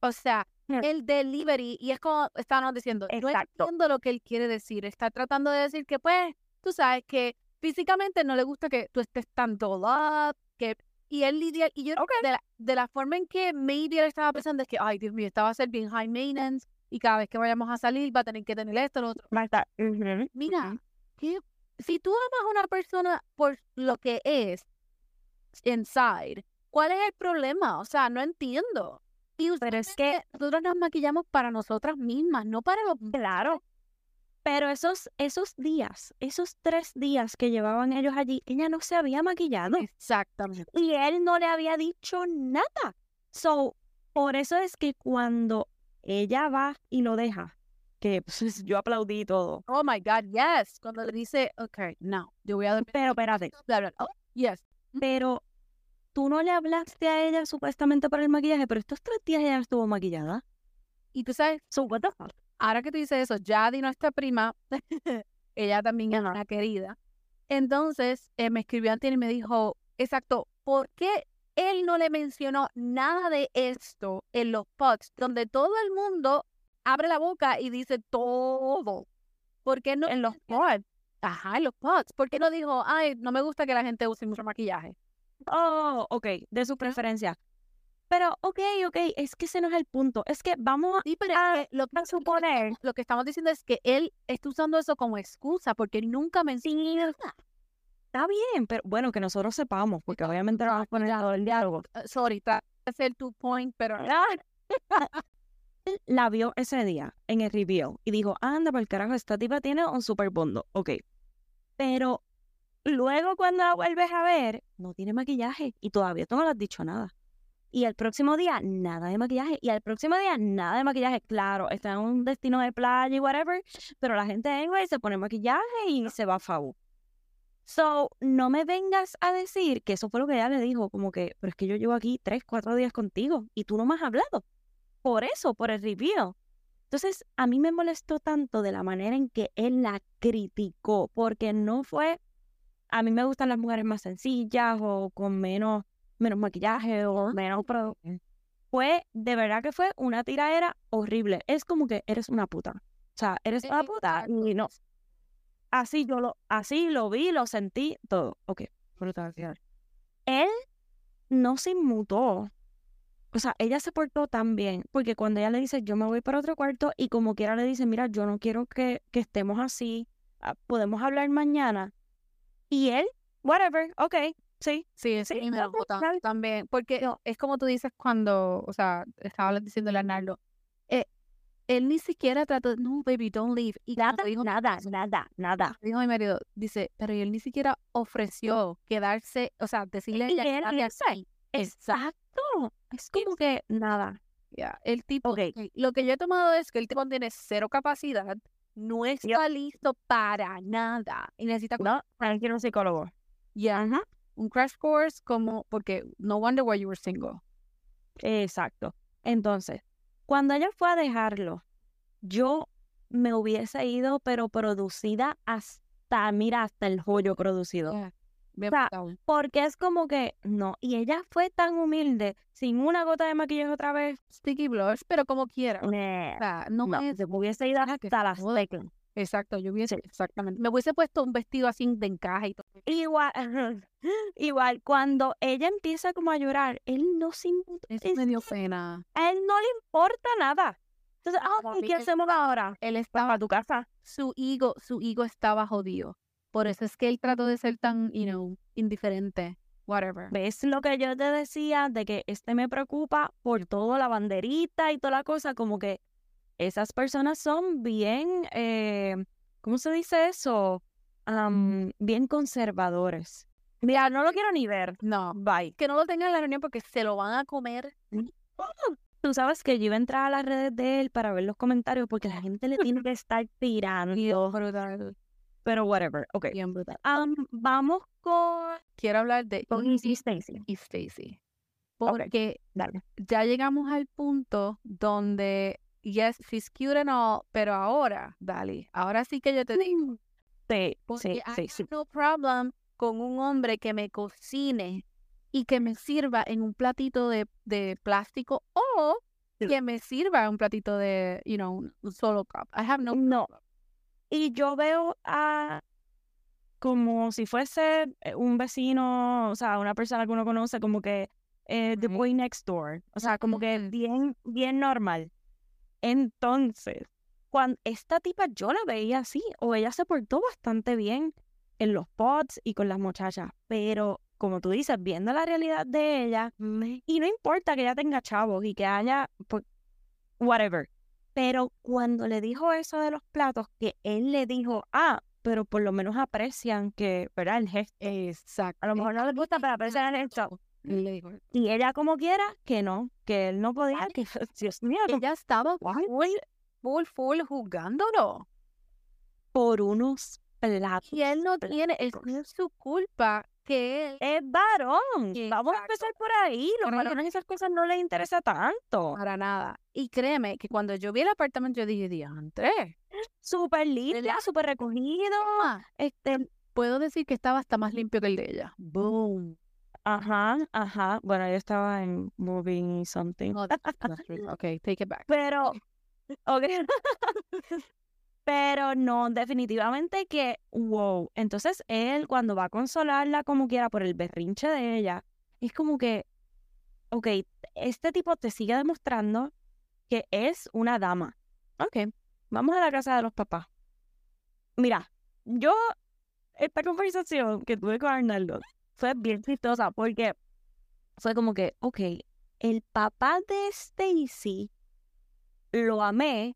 o sea,
Mm.
el delivery, y es como estábamos diciendo, no
Exacto.
entiendo lo que él quiere decir, está tratando de decir que, pues, tú sabes que físicamente no le gusta que tú estés tan dolled up, que. Y él lidia, y yo
Ok.
de, la, de la forma en que maybe él estaba pensando es que, ay, Dios mío, esta va a ser bien high maintenance, y cada vez que vayamos a salir va a tener que tener esto, lo otro.
Va a estar, ujú,
Mira, que si tú amas a una persona por lo que es inside, ¿cuál es el problema? O sea, no entiendo. Y
Pero es que,
nosotros nos maquillamos para nosotras mismas, no para los...
claro. Pero esos, esos días, esos tres días que llevaban ellos allí, ella no se había maquillado
Exactamente.
y él no le había dicho nada. So, por eso es que cuando ella va y lo deja, que pues, yo aplaudí y todo.
Oh my God, yes. Cuando le dice, ok, no, yo voy a dormir.
Pero espérate,
Bla, bla, bla. Oh, yes.
pero tú no le hablaste a ella supuestamente para el maquillaje, pero estos tres días ella no estuvo maquillada.
Y tú sabes,
So, what the fuck?
ahora que tú dices eso, Jadi, nuestra prima, *laughs* ella también es una querida. Entonces, eh, me escribió antes y me dijo, exacto, ¿por qué él no le mencionó nada de esto en los pods, donde todo el mundo abre la boca y dice todo? ¿Por qué no?
En los
pods. Ajá, en los pods. ¿Por qué no dijo, ay, no me gusta que la gente use mucho maquillaje?
Oh, ok, de su preferencia. Pero, ok, ok, es que ese no es el punto. Es que vamos
Sí, pero
Ah,
eh, lo,
a suponer
lo que estamos diciendo es que él está usando eso como excusa porque él nunca menciona nada.
Está bien, pero bueno, que nosotros sepamos, porque obviamente no vamos a poner todo el diálogo.
Uh, sorry, tra- hacer tu point, pero
¡ah!
*laughs*
Él la vio ese día en el review y dijo, anda, por el carajo, esta tipa tiene un super bondo. Ok. Pero luego cuando la vuelves a ver, no tiene maquillaje y todavía tú no le has dicho nada. Y al próximo día, nada de maquillaje. Y al próximo día, nada de maquillaje. Claro, está en un destino de playa y whatever, pero la gente, anyway, se pone maquillaje y se va a favor. So, no me vengas a decir que eso fue lo que ella le dijo, como que, pero es que yo llevo aquí tres, cuatro días contigo y tú no me has hablado. Por eso, por el review. Entonces, a mí me molestó tanto de la manera en que él la criticó, porque no fue, a mí me gustan las mujeres más sencillas o con menos, menos maquillaje o menos producto. Fue, de verdad que fue una tiradera horrible. Es como que eres una puta. O sea, eres
E
una puta y no, así yo lo, así lo vi, lo sentí, todo. Ok, brutal. Él no se inmutó. O sea, ella se portó tan bien, porque cuando ella le dice, yo me voy para otro cuarto, y como quiera le dice, mira, yo no quiero que, que estemos así, ah, podemos hablar mañana. Y él, whatever, ok, sí,
sí, eso
Sí,
sí, me
no,
lo bota
claro.
también, porque es como tú dices cuando, o sea, estaba diciéndole a Nardo, eh, él ni siquiera trató, no, baby, don't leave. Y
nada,
cuando dijo,
nada, nada, nada.
dijo mi marido, dice, pero él ni siquiera ofreció quedarse, o sea, decirle a
Y
ella
él
quédate
irse.
aquí. Exacto.
Exacto. Es como que nada.
Ya, El tipo,
Ok.
ok, lo que yo he tomado es que el tipo tiene cero capacidad, no está listo para nada y necesita
No, tranquilo, un psicólogo.
ya
Ajá.
un crash course como, porque no wonder why you were single.
Exacto. Entonces, cuando ella fue a dejarlo, yo me hubiese ido, pero producida hasta, mira, hasta el joyo producido.
Bien
sea,
brutal.
Porque es como que, no, y ella fue tan humilde, sin una gota de maquillaje otra vez.
Sticky blush, pero como quiera. O
nah,
sea, no,
No,
es-
se me hubiese ido
que
hasta las
joda.
teclas.
Exacto, yo hubiese,
Sí.
exactamente. Me hubiese puesto un vestido así de encaje y todo.
Igual, *laughs* igual, cuando ella empieza como a llorar, él no se inmu-
Eso
es
me dio
que
pena.
a él no le importa nada. Entonces, ah,
Para
¿y
mí
qué
es-
hacemos ahora?
Él
Pues, Para
estaba,
tu casa.
su ego, su ego estaba jodido. Por eso es que él trató de ser tan, you know, indiferente. Whatever.
¿Ves lo que yo te decía de que este me preocupa por todo la banderita y toda la cosa? Como que esas personas son bien, eh, ¿cómo se dice eso? Am, bien conservadores. Mira, no lo quiero ni ver.
No.
Bye.
Que no lo tengan en la reunión porque se lo van a comer.
Tú sabes que yo iba a entrar a las redes de él para ver los comentarios porque la gente le tiene que estar tirando.
brutal.
Pero whatever. Ok.
Bien brutal.
Am, vamos con,
Quiero hablar de
con
Easy
insistencia.
y Stacy.
Ok.
Porque
Dale.
ya llegamos al punto donde, yes, she's cute and all, pero ahora, Dali, ahora sí que yo te digo,
Sí,
porque
Mm, sí,
I
sí,
have
sí.
no problem con un hombre que me cocine y que me sirva en un platito de, de plástico o
Sí.
que me sirva en un platito de, you know, un- un solo cup. I have no
No. Y yo veo a como si fuese eh, un vecino, o sea, una persona que uno conoce, como que eh, the
Right.
boy next door. O sea, como que
Ujú.
bien, bien normal. Entonces, cuando esta tipa yo la veía así, o ella se portó bastante bien en los pods y con las muchachas, pero como tú dices, viendo la realidad de ella, y no importa que ella tenga chavos y que haya, pues, whatever. Pero cuando le dijo eso de los platos, que él le dijo, ah, pero por lo menos aprecian que, ¿verdad? El gesto.
Exacto.
A lo mejor no les gusta, pero aprecian el gesto.
Le digo,
Y ella como quiera, que no, que él no podía, que, *laughs* Dios mío, como-
ella estaba
What?
full, full, full jugándolo.
por unos platos.
Y él no
Pero-
tiene, es, no es su culpa que él,
Es varón.
Sí,
Vamos a
exacto.
empezar por ahí. Los
Correcto.
varones esas cosas no les interesa tanto.
para nada. Y créeme que cuando yo vi el apartamento, yo dije, diantre.
Súper limpia,
Relax.
súper recogido.
ah,
Este,
Puedo decir que estaba hasta más limpio que el de ella. Boom.
ajá, ajá. Bueno, yo estaba en moving something.
*laughs* No, Pues, that's true. ok, take it back.
Pero, ok. *laughs* Pero no, definitivamente que, wow. Entonces él cuando va a consolarla como quiera por el berrinche de ella, es como que, ok, este tipo te sigue demostrando que es una dama. Ok, vamos a la casa de los papás. Mira, yo, esta conversación que tuve con Arnaldo fue bien chistosa porque fue como que, ok, el papá de este Stacy lo amé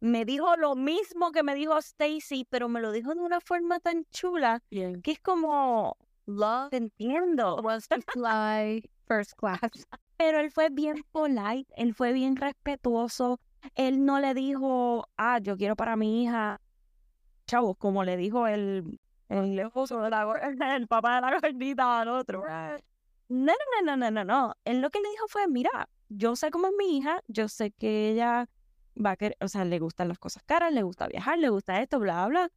me dijo lo mismo que me dijo Stacy, pero me lo dijo de una forma tan chula
*laughs* Bien.
que es como,
Love
te entiendo.
wants to fly first *laughs* class.
Pero él fue bien polite, él fue bien respetuoso. Él no le dijo, ah, yo quiero para mi hija, chavos, como le dijo el, el, esposo de la gor- *laughs* el papá de la gordita al otro. No, no, no, no, no, no. Él lo que le dijo fue, mira, yo sé cómo es mi hija, yo sé que ella va a querer, o sea, le gustan las cosas caras, le gusta viajar, le gusta esto, bla, bla.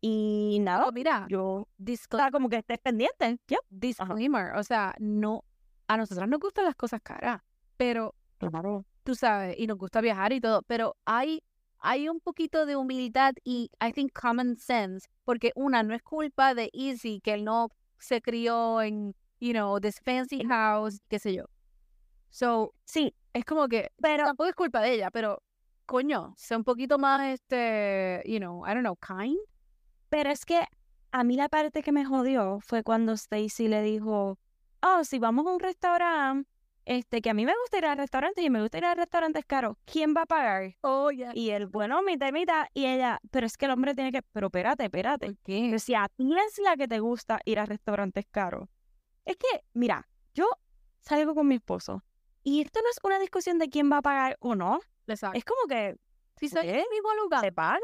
Y nada,
Oh, mira,
yo
discla-
estaba como que estés pendiente. ya
disclaimer. O sea, no, a nosotras nos gustan las cosas caras, pero
Claro.
tú sabes, y nos gusta viajar y todo, pero hay, hay un poquito de humildad y I think common sense, porque una, no es culpa de Easy que él no se crió en, you know, this fancy house, qué sé yo. So,
Sí,
es como que
pero
tampoco es culpa de ella, pero coño, sea un poquito más este, you know, I don't know, kind.
Pero es que a mí la parte que me jodió fue cuando Stacy le dijo, oh, si vamos a un restaurante, este, que a mí me gusta ir a restaurantes y me gusta ir a restaurantes caros, ¿quién va a pagar?
Oh, yeah.
Y él, bueno, mitad, mitad. Y ella, pero es que el hombre tiene que, pero espérate, espérate.
¿Por qué?
Pero si a ti es la que te gusta ir a restaurantes caros. Es que, mira, yo salgo con mi esposo y esto no es una discusión de quién va a pagar o no.
Exacto.
Es como que
Si soy en
¿qué?
el mismo lugar.
se paga.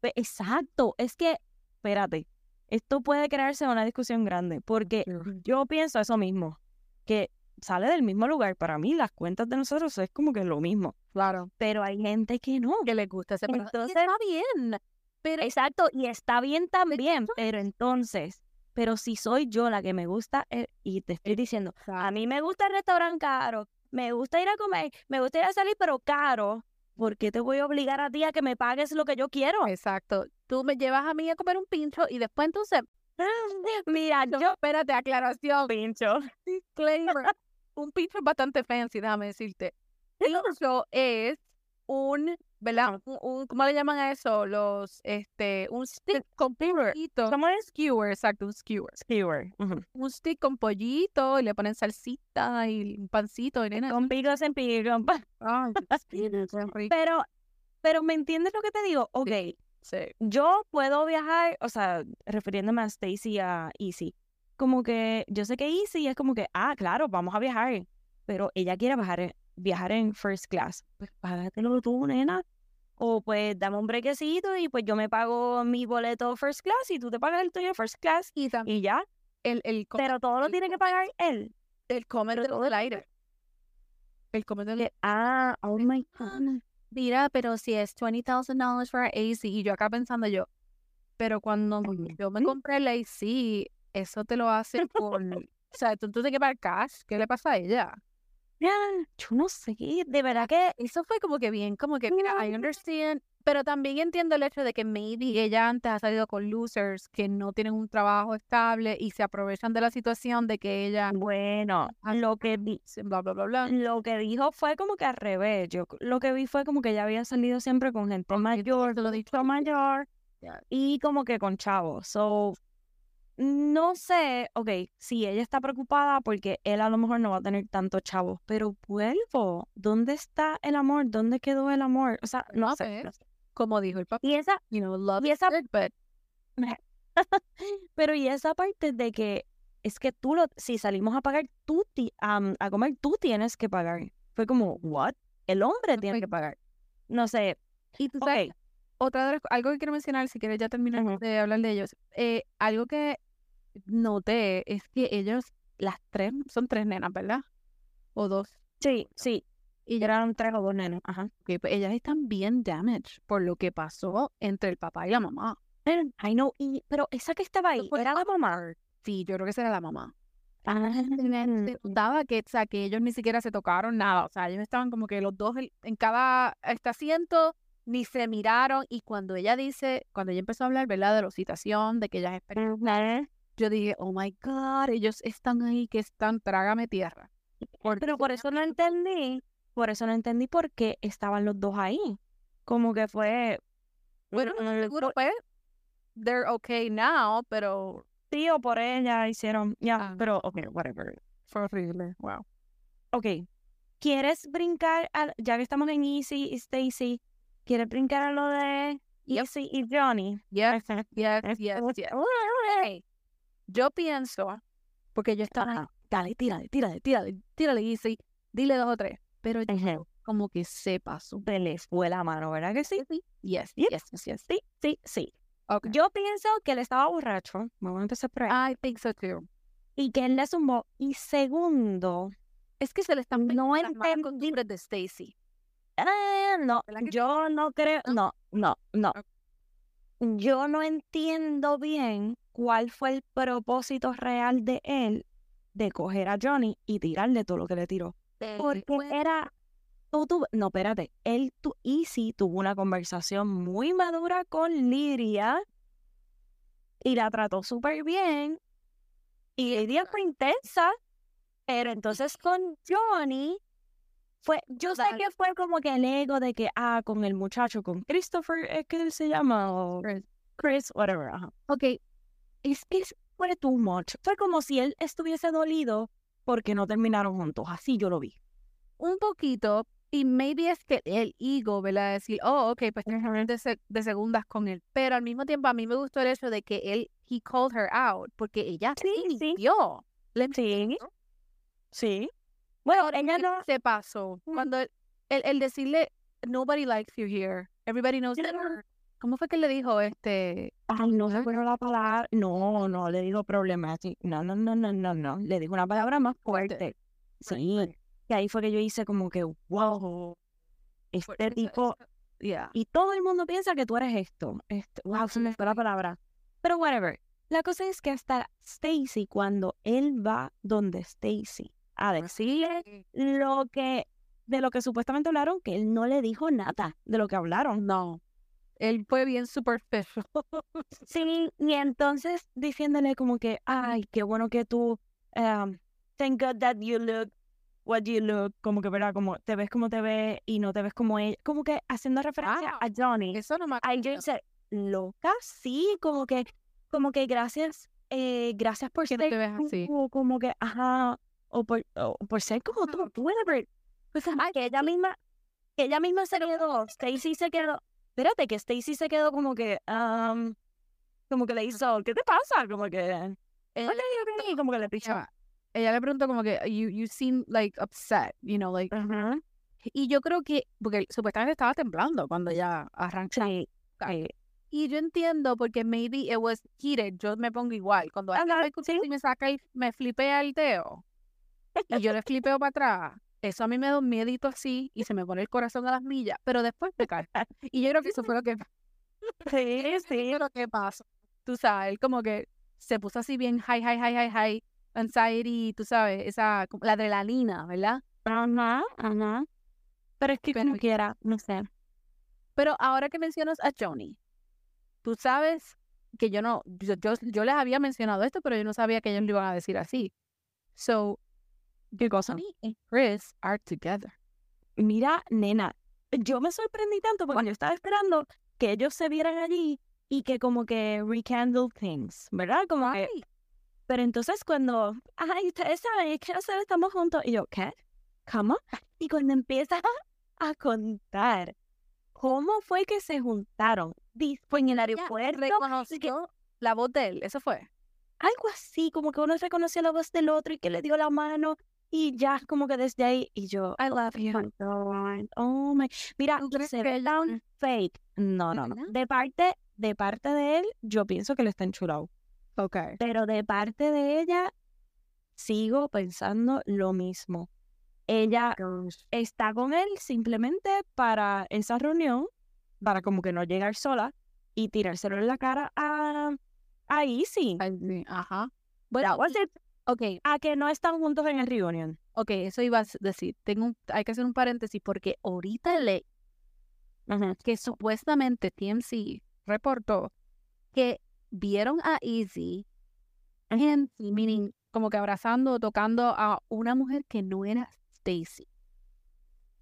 Pe- Exacto, es que, espérate, esto puede crearse una discusión grande, porque
True.
yo pienso eso mismo, que sale del mismo lugar. Para mí, las cuentas de nosotros es como que lo mismo,
Claro.
pero hay gente que no.
Que le gusta ese plato. Y
Entonces-
está bien. Pero
Exacto, y está bien también, pero entonces, pero si soy yo la que me gusta, eh, y te estoy diciendo, a mí me gusta el restaurante caro, me gusta ir a comer, me gusta ir a salir, pero caro, ¿por qué te voy a obligar a ti a que me pagues lo que yo quiero?
Exacto. Tú me llevas a mí a comer un pincho y después entonces,
*laughs* Mira, yo
espérate, aclaración,
pincho.
disclaimer. un pincho es bastante fancy, déjame decirte. Pincho es un, ¿verdad? Un, un- ¿cómo le llaman a eso? Los, este, un stick con pollito.
¿Cómo es?
Skewer, exacto, un skewer.
Skewer.
Un stick con pollito y le ponen salsita y un pancito y nena.
Con picos en picos. pa-
Ay,
Pero, pero ¿me entiendes lo que te digo? Ok,
sí.
yo puedo viajar, o sea, refiriéndome a Stacy y a Easy. Como que yo sé que Easy es como que, ah, claro, vamos a viajar. Pero ella quiere viajar en, viajar en first class. Pues págatelo tú, nena. O pues dame un brequecito y pues yo me pago mi boleto first class y tú te pagas el tuyo first class
Y también
y ya.
el, el, co-
Pero todo lo tiene que pagar él.
el comer
pero todo
del aire. El comer del
Ah, oh my
God. Mira, pero si es $20,000 for AC y yo acá pensando yo, pero cuando
Ujú.
yo me compré el AC, eso te lo hace con... o sea, tú, tú te quedas cash, ¿qué le pasa a ella?
Yo no sé, de verdad que
Eso fue como que bien, como que, mira, I
No.
understand, pero también entiendo el hecho de que maybe ella antes ha salido con losers que no tienen un trabajo estable y se aprovechan de la situación de que ella,
Mm. bueno, lo que vi,
bla, bla, bla, bla.
lo que dijo fue como que al revés. Yo c- lo que vi fue como que ella había salido siempre con gente mayor,
te lo he
mucho mayor
Ya.
y como que con chavos. So, no sé, ok, si ella está preocupada porque él a lo mejor no va a tener tantos chavos, pero vuelvo, ¿dónde está el amor? ¿Dónde quedó el amor? O sea, no
No
sé. no sé.
Como dijo el papá,
Y esa
you know, love
Y
is
esa-
good, but
Pero y esa parte de que es que tú lo, si salimos a pagar, tú ti- am, a comer, tú tienes que pagar. Fue como, what? El hombre tiene que
Perfecto.
pagar. No sé.
Y tú sabes,
Ok,
otra de las co- algo que quiero mencionar, si quieres ya terminar
Ujú.
de hablar de ellos, eh, algo que noté es que ellos, las tres, son tres nenas, ¿verdad? O dos.
Sí, sí.
Y ya-
Eran tres o dos nenos. Ajá.
ok, pues ellas están bien damaged por lo que pasó entre el papá y la mamá.
I know. Y, pero esa que estaba ahí,
fue-
¿era la mamá?
Sí, yo creo que esa era la mamá.
Ah,
se notaba que, o sea, que ellos ni siquiera se tocaron nada. O sea, ellos estaban como que los dos en- en cada este asiento ni se miraron. Y cuando ella dice, cuando ella empezó a hablar, ¿verdad? De la citación, de que ellas esperan, yo dije, oh my God, ellos están ahí, que están, trágame tierra. Porque
Pero por
son-
eso no entendí, por eso no entendí por qué estaban los dos ahí. Como que fue,
Bueno,
no le-
seguro pues, they're okay now, pero
tío por ella, hicieron, ya,
Ah.
pero ok, whatever.
fue horrible. Wow.
Ok, ¿quieres brincar, al- ya que estamos en Easy y Stacy, ¿quieres brincar a lo de
Yep.
Easy y Johnny?
*laughs* Yes, yes, yes,
*laughs*
yes. Ey, Yo pienso, porque yo estaba,
Ajá.
dale, tírale, tírale, tírale, tírale, Easy, dile dos o tres. Pero yo
Ajá.
como que se pasó.
Se les fue la mano, ¿verdad que
*laughs*
sí?
Yes,
Yep.
yes, yes, yes.
Sí, sí, sí.
Okay.
Yo pienso que él estaba borracho, vamos a empezar por ahí,
I think so too.
y que él le zumbó. Y segundo,
Es que se le están
No
viendo las malas
entendí.
costumbres de Stacy.
Ah, no,
¿Verdad que sí?
yo no creo, no, no, no.
Ok.
Yo no entiendo bien cuál fue el propósito real de él de coger a Johnny y tirarle todo lo que le tiró. Porque era, tú tuve- no, espérate, él, tu, Easy tuvo una conversación muy madura con Liria y la trató súper bien y Liria fue intensa, pero entonces con Johnny fue, yo sé
Dale.
que fue como que el ego de que, ah, con el muchacho, con Christopher, es que él se llama, o
Chris.
Chris, whatever, ajá.
Ok,
Es que es- fue too much, fue como si él estuviese dolido porque no terminaron juntos, así yo lo vi.
un poquito, y maybe es que el ego, ¿verdad? Decir, oh, ok, pues de, se- de segundas con él. Pero al mismo tiempo, a mí me gustó el hecho de que él, he called her out, porque ella
Sí, sí.
mintió. Le
Sí.
¿no?
Sí. Bueno,
mintió,
ella no.
se pasó.
Mm.
Cuando el, el, el decirle, nobody likes you here, everybody knows
Yo
that
no- *laughs*
you're-" ¿Cómo fue que le dijo este?
Ay, no se acuerdo la palabra. No, no, le digo problemático. No, no, no, no, no, no. Le digo una palabra más
Fuerte.
fuerte. Sí. Y ahí fue que yo hice como que, wow, este tipo.
Yeah.
Y todo el mundo piensa que tú eres esto. Este, wow, se me fue la palabra. Pero whatever. La cosa es que hasta Stacy, cuando él va donde Stacy a decirle lo que, de lo que supuestamente hablaron, que él no le dijo nada de lo que hablaron.
No. Él fue bien superficial.
Sí, y entonces diciéndole como que, ay, qué bueno que tú, um, thank God that you look what you look, como que, ¿verdad? Como te ves como te ves y no te ves como ella, como que haciendo referencia a
Wow.
Johnny.
Eso no me
Ahí yo hice, loca, sí, como que, como que gracias, eh, gracias por
Que
ser
no te ves así.
tú, como que, ajá, o por, o por ser como tú, whatever. O sea, que ella misma, que ella misma se quedó, Stacy se quedó, espérate, que Stacy se quedó como que, um, como que le hizo, ¿qué te pasa? Como que,
Él-
"Ok, ok", como que le pichó.
Ella- Ella le preguntó como que you, you seem like upset, you know, like
Ajá.
y yo creo que porque supuestamente estaba temblando cuando ella arrancó.
Sí, sí.
Y yo entiendo porque maybe it was heated, yo me pongo igual cuando alguien
Ajá,
me escucha
sí.
y me saca y me flipea el dedo y yo le flipeo para atrás. Eso a mí me da un miedito así y se me pone el corazón a las millas, pero después me cae. Y yo creo que eso fue lo que
Sí, sí.
pero ¿qué pasó? Tú sabes, él como que se puso así bien high, high, high, high, high anxiety, tú sabes, esa, como la adrenalina, ¿verdad?
Ajá, ajá. Pero es que
Pero-
como quiera, no sé.
Pero ahora que mencionas a Johnny, tú sabes que yo no, yo, yo, yo les había mencionado esto, pero yo no sabía que ellos lo iban a decir así. So,
¿Qué cosa?
Johnny and Chris are together.
Mira, nena, yo me sorprendí tanto porque yo estaba esperando que ellos se vieran allí y que como que rekindle things, ¿verdad? Como que-
Ay,
pero entonces cuando, ay, ustedes saben, es que nosotros estamos juntos, y yo, ¿qué? ¿Cómo? Y cuando empieza a contar cómo fue que se juntaron, di- fue en el
ella
aeropuerto,
reconoció la voz de él, eso fue.
algo así, como que uno reconoció la voz del otro y que le dio la mano y ya como que desde ahí y yo I love you. Oh my. Mira,
¿Tú
y
crees
se
que
ve
él-
tan fake. No, no, no.
¿Verdad?
De parte de parte de él, yo pienso que le está enchulado.
Ok.
Pero de parte de ella, sigo pensando lo mismo. Ella está con él simplemente para esa reunión, para como que no llegar sola y tirárselo en la cara a, a Izzy.
Ay, sí, Ajá.
That
Bueno,
was it.
ok,
A que no están juntos en el reunion.
ok, eso iba a s- decir. Tengo un- hay que hacer un paréntesis porque ahorita leí que supuestamente TMC reportó que vieron a Izzy en, meaning, como que abrazando o tocando a una mujer que no era Stacy.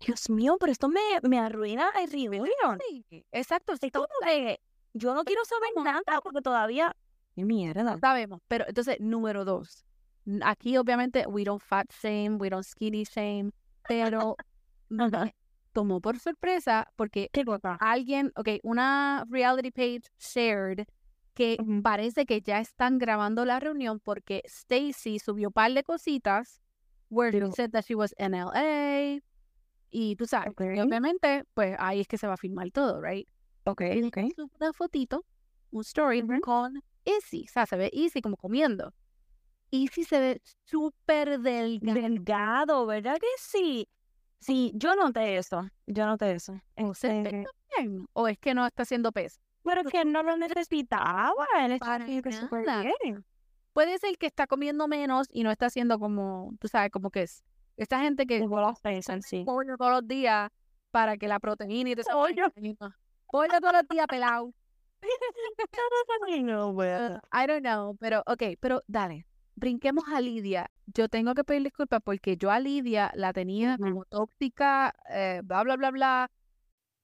Dios mío, pero esto me, me arruina el reunion.
exacto.
Es como que yo no quiero saber
¿Cómo?
nada porque todavía... ¡Qué mierda!
Sabemos, pero entonces, número dos. N- Aquí, obviamente, we don't fat shame, we don't skinny shame, pero me tomó por sorpresa porque
*laughs* ¡Qué cosa!
alguien, ok, una reality page shared que
Ujú.
parece que ya están grabando la reunión porque Stacy subió un par de cositas where
Pero-
she said that she was in LA y tú sabes, y
Ok.
obviamente, pues ahí es que se va a filmar todo, right?
Ok, ok.
Subió Una fotito, un story
Ujú.
con Izzy, o sea, se ve Izzy como comiendo. Izzy se ve súper delgada.
Delgado, ¿verdad que sí? Sí, yo noté eso. Yo noté eso.
O sea,
Este,
¿está bien? ¿O es que no está haciendo peso?
pero es que no lo necesitaba. Él está
Para
súper
nada.
bien.
puede ser que está comiendo menos y no está haciendo como, tú sabes, como que es esta gente que
De bolas pesan,
*laughs*
sí.
come todos los días para que la proteína y todo eso.
Pollo.
Pollo todos los días pelado.
No, bueno.
I don't know, pero ok, pero dale. Brinquemos a Lidia. Yo tengo que pedir disculpas porque yo a Lidia la tenía
Ujú.
como tóxica, eh, bla, bla, bla, bla.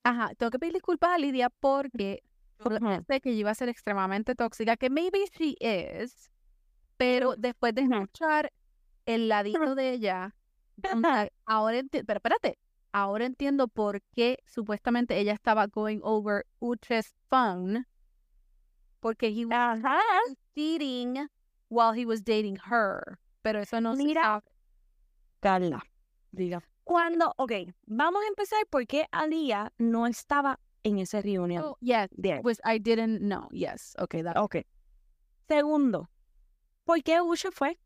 Ajá, tengo que pedir disculpas a Lidia porque yo
Ujú.
pensé que yo iba a ser extremadamente tóxica, que maybe she is, pero después de
Ujú.
escuchar el
*laughs*
ladito de ella, mm, a- ahora entiendo, pero espérate, ahora entiendo por qué supuestamente ella estaba going over Uche's phone, porque he was
Ajá.
cheating while he was dating her, pero eso no se
Mira.
sabe.
Carla.
Diga.
Cuando, ok, vamos a empezar porque Alía no estaba en ese reunión.
Oh, yes,
Bien.
which I didn't know. Yes, okay, that.
Ok. Segundo, ¿por qué Usher fue?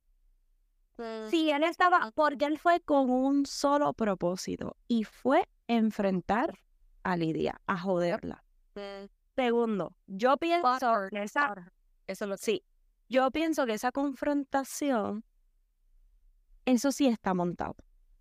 Si él estaba, porque él fue con un solo propósito y fue enfrentar a Lidia, a joderla.
Mm.
Segundo, yo pienso
Butter,
que esa,
butter. Eso es lo que
sí, yo pienso que esa confrontación, eso sí está montado.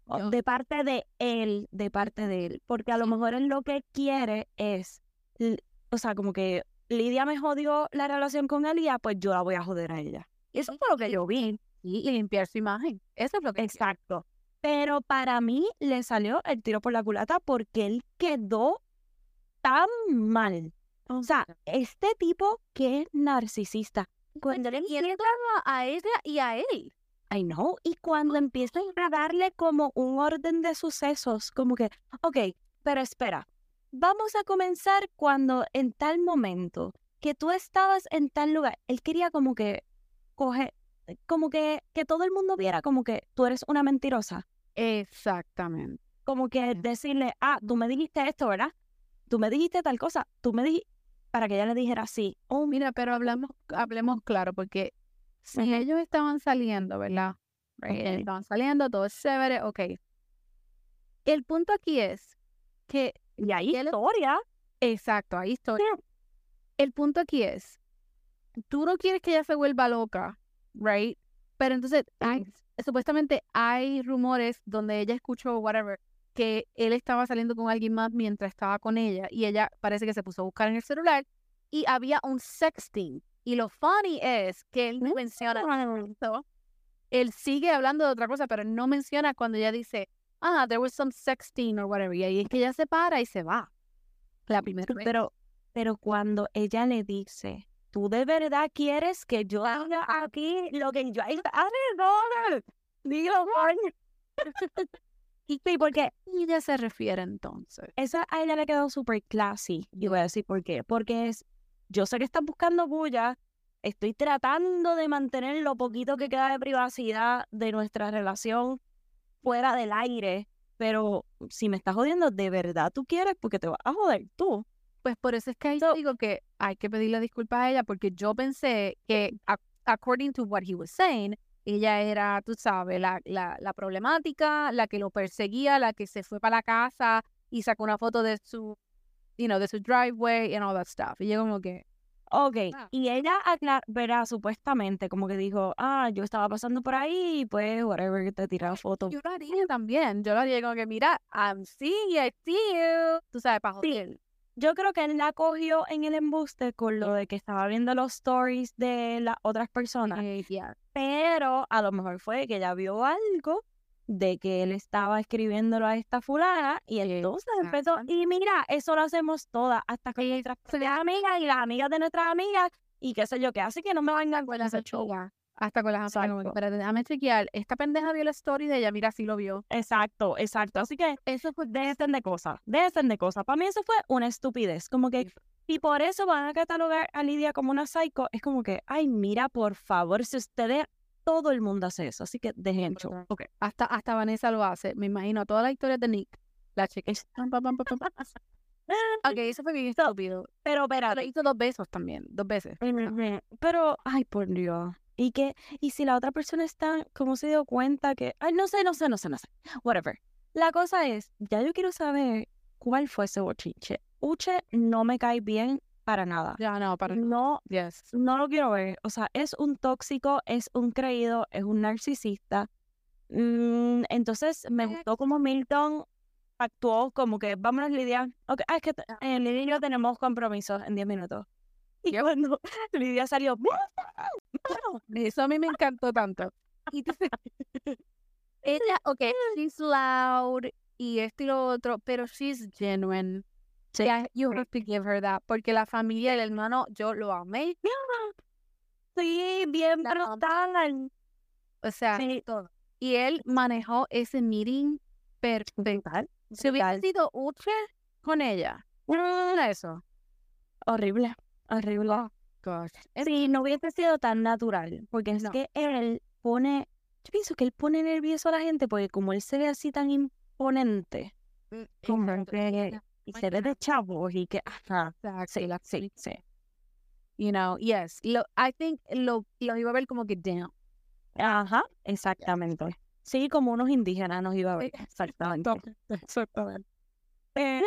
O-
Yo-
De parte de él, de parte de él, porque a lo mejor él lo que quiere es, l- o sea, como que Lidia me jodió la relación con Lidia, pues yo la voy a joder a ella. Eso fue lo que yo vi.
y limpiar su imagen. Eso es lo que
Exacto. Pero para mí le salió el tiro por la culata porque él quedó tan mal. O sea, este tipo que es narcisista. Cuando le
pues, Y él
empieza,
entraba a ella y a él.
I know, y cuando empiezan a darle como un orden de sucesos, como que, ok, pero espera, vamos a comenzar cuando en tal momento que tú estabas en tal lugar, él quería como que coge, como que, que todo el mundo viera como que tú eres una mentirosa.
Exactamente.
como que
Ujú.
decirle, ah, tú me dijiste esto, ¿verdad? Tú me dijiste tal cosa, tú me dijiste, para que ella le dijera sí. Oh,
Mira, pero hablamos, hablemos claro, porque si
Ujú.
ellos estaban saliendo, ¿verdad? Right,
Ok.
Estaban saliendo, todo es chévere, ok. El punto aquí es que,
y ahí
¿qué le-
historia.
exacto, ahí estoy. El punto aquí es, tú no quieres que ella se vuelva loca, right? Pero entonces, hay- supuestamente hay rumores donde ella escuchó, whatever, que él estaba saliendo con alguien más mientras estaba con ella y ella parece que se puso a buscar en el celular y había un sexting. Y lo funny es que él no menciona eso. Él sigue hablando de otra cosa, pero no menciona cuando ella dice, ah, there was some sexting or whatever. Y ahí es que ella se para y se va. La primera vez.
Pero, pero cuando ella le dice, tú de verdad quieres que yo haga aquí lo que yo hice ¡Ah, alrededor. Digo, coño. *laughs* Y sí, porque
¿Y ella se refiere entonces?
esa a ella le quedó súper classy. Y voy a decir por qué. Porque es, yo sé que estás buscando bulla, estoy tratando de mantener lo poquito que queda de privacidad de nuestra relación fuera del aire, pero si me estás jodiendo, de verdad tú quieres porque te vas a joder tú.
Pues por eso es que ahí
So-
digo que hay que pedirle disculpas a ella porque yo pensé que a- according to what he was saying, ella era, tú sabes, la, la, la problemática, la que lo perseguía, la que se fue para la casa y sacó una foto de su, you know, de su driveway and all that stuff. Y yo como que,
Ok,
Ah.
y ella aclar- verá, supuestamente, como que dijo, ah, yo estaba pasando por ahí, y pues, whatever, que te tiraba fotos.
yo lo haría también. Yo lo haría como que, mira, I'm seeing you, I see you. Tú sabes, para
Sí.
joder.
Yo creo que él la cogió en el embuste con lo de que estaba viendo los stories de las otras personas,
Eh, yeah.
pero a lo mejor fue que ella vio algo de que él estaba escribiéndolo a esta fulana, y entonces empezó,
Exacto.
y mira, eso lo hacemos todas, hasta con nuestras propias amigas y las amigas de nuestras amigas, y qué sé yo, que hace que no me vengan con
Con las
ese show.
amigas, Hasta con las amigas. como que,
Exacto.
Espérate, déjame chequear. Esta pendeja vio la story de ella. Mira, sí lo vio.
Exacto, exacto. Así que eso fue, dejen de cosas, dejen de cosas. Para mí eso fue una estupidez. Como que, y por eso van a catalogar a Lidia como una psycho, es como que, ay, mira, por favor, si ustedes, todo el mundo hace eso. Así que dejen show.
Brutal.
Ok.
Hasta, hasta Vanessa lo hace. Me imagino toda la historia de Nick. La chequea. Pam, pam, pam, pam, pam, pam. Ok, eso fue bien estúpido.
Pero espérate.
Pero hizo dos besos también. Dos veces.
Ujú, Pero, ay, por Dios. Y que, y si la otra persona está, ¿cómo se dio cuenta que? Ay, no sé, no sé, no sé, no sé. Whatever. La cosa es, ya yo quiero saber cuál fue ese bochinche. Uche no me cae bien para nada.
Ya, no, para.
No,
Yes.
no lo quiero ver. O sea, es un tóxico, es un creído, es un narcisista. Mm, entonces me gustó como Milton actuó como que vámonos Lidia. Okay, ah, es que t- eh, Lidia y yo tenemos compromisos en 10 minutos. *laughs* Y cuando *laughs* Lidia salió, "Buah,
Eso a mí me encantó tanto. Y tú- *laughs* ella, ok, she's loud y esto y lo otro, pero she's genuine.
Sí.
Yeah, you have to give her that. Porque la familia y el hermano, yo lo amé.
sí, bien
La amo.
brutal.
O sea,
Sí.
todo. Y él manejó ese meeting perfecto.
Brutal,
Si hubiera
brutal. Mm,
sido Uche con ella, no era eso.
Horrible, horrible.
Gosh.
Sí, no hubiese sido tan natural, porque es
No.
que él pone, yo pienso que él pone nervioso a la gente porque como él se ve así tan imponente, como que y
my
se ve de
God.
chavo y que, ajá, sí,
Exactly. la-
sí, sí,
You know, yes. Lo, I think lo, lo iba a ver como que down.
ajá, exactamente. Sí, como unos indígenas nos iba a ver,
Eh,
exactamente.
Exactamente.
Eh,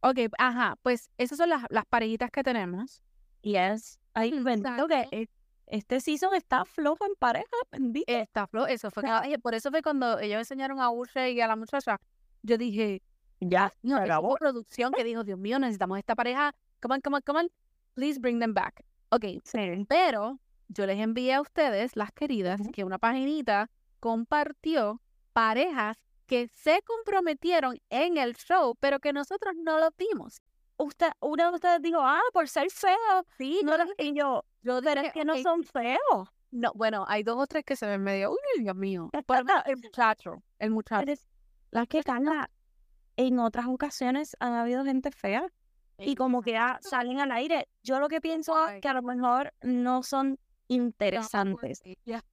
Ok, ajá, pues esas son las, las parejitas que tenemos.
yes, ahí bendito que
Exacto.
e- este season está flojo en pareja, bendito.
Esta flor, eso fue. cada- eh, por eso fue cuando ellos enseñaron a Urge y a la muchacha. Yo dije,
Ya,
no,
se
es
acabó.
una producción que dijo, Dios mío, necesitamos esta pareja. Come on, come on, come on. Please bring them back. Ok,
Sí.
pero yo les envié a ustedes, las queridas,
Ujú.
que una paginita compartió parejas que se comprometieron en el show, pero que nosotros no lo vimos.
Usted, una de ustedes dijo, ah, por ser feo,
Sí,
no lo- y yo,
yo
pero
dije,
es que no
"Ok,
son feos.
No, bueno, hay dos o tres que se ven medio, uy, Dios mío. Pero no, el muchacho, el muchacho.
La Ah, que Carla, en otras ocasiones han habido gente fea *laughs* y como que ah, salen al aire. Yo lo que pienso
Ay.
es que a lo mejor no son interesantes.
Ya.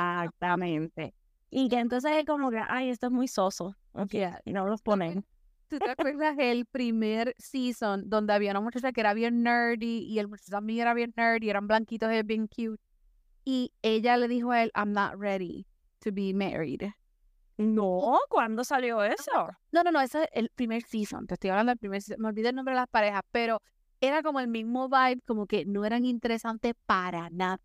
Exactamente. Y que entonces es como que, ay, esto es muy soso. Ok,
Yeah.
Y no los ponen.
¿Tú te acuerdas el primer season donde había una muchacha que era bien nerdy y el muchacho también era bien nerdy, eran blanquitos, ellos bien cute? Y ella le dijo a él, I'm not ready to be married.
No, ¿cuándo salió eso?
No, no, no, ese es el primer season. Te estoy hablando del primer season. Me olvidé el nombre de las parejas, pero era como el mismo vibe, como que no eran interesantes para nada.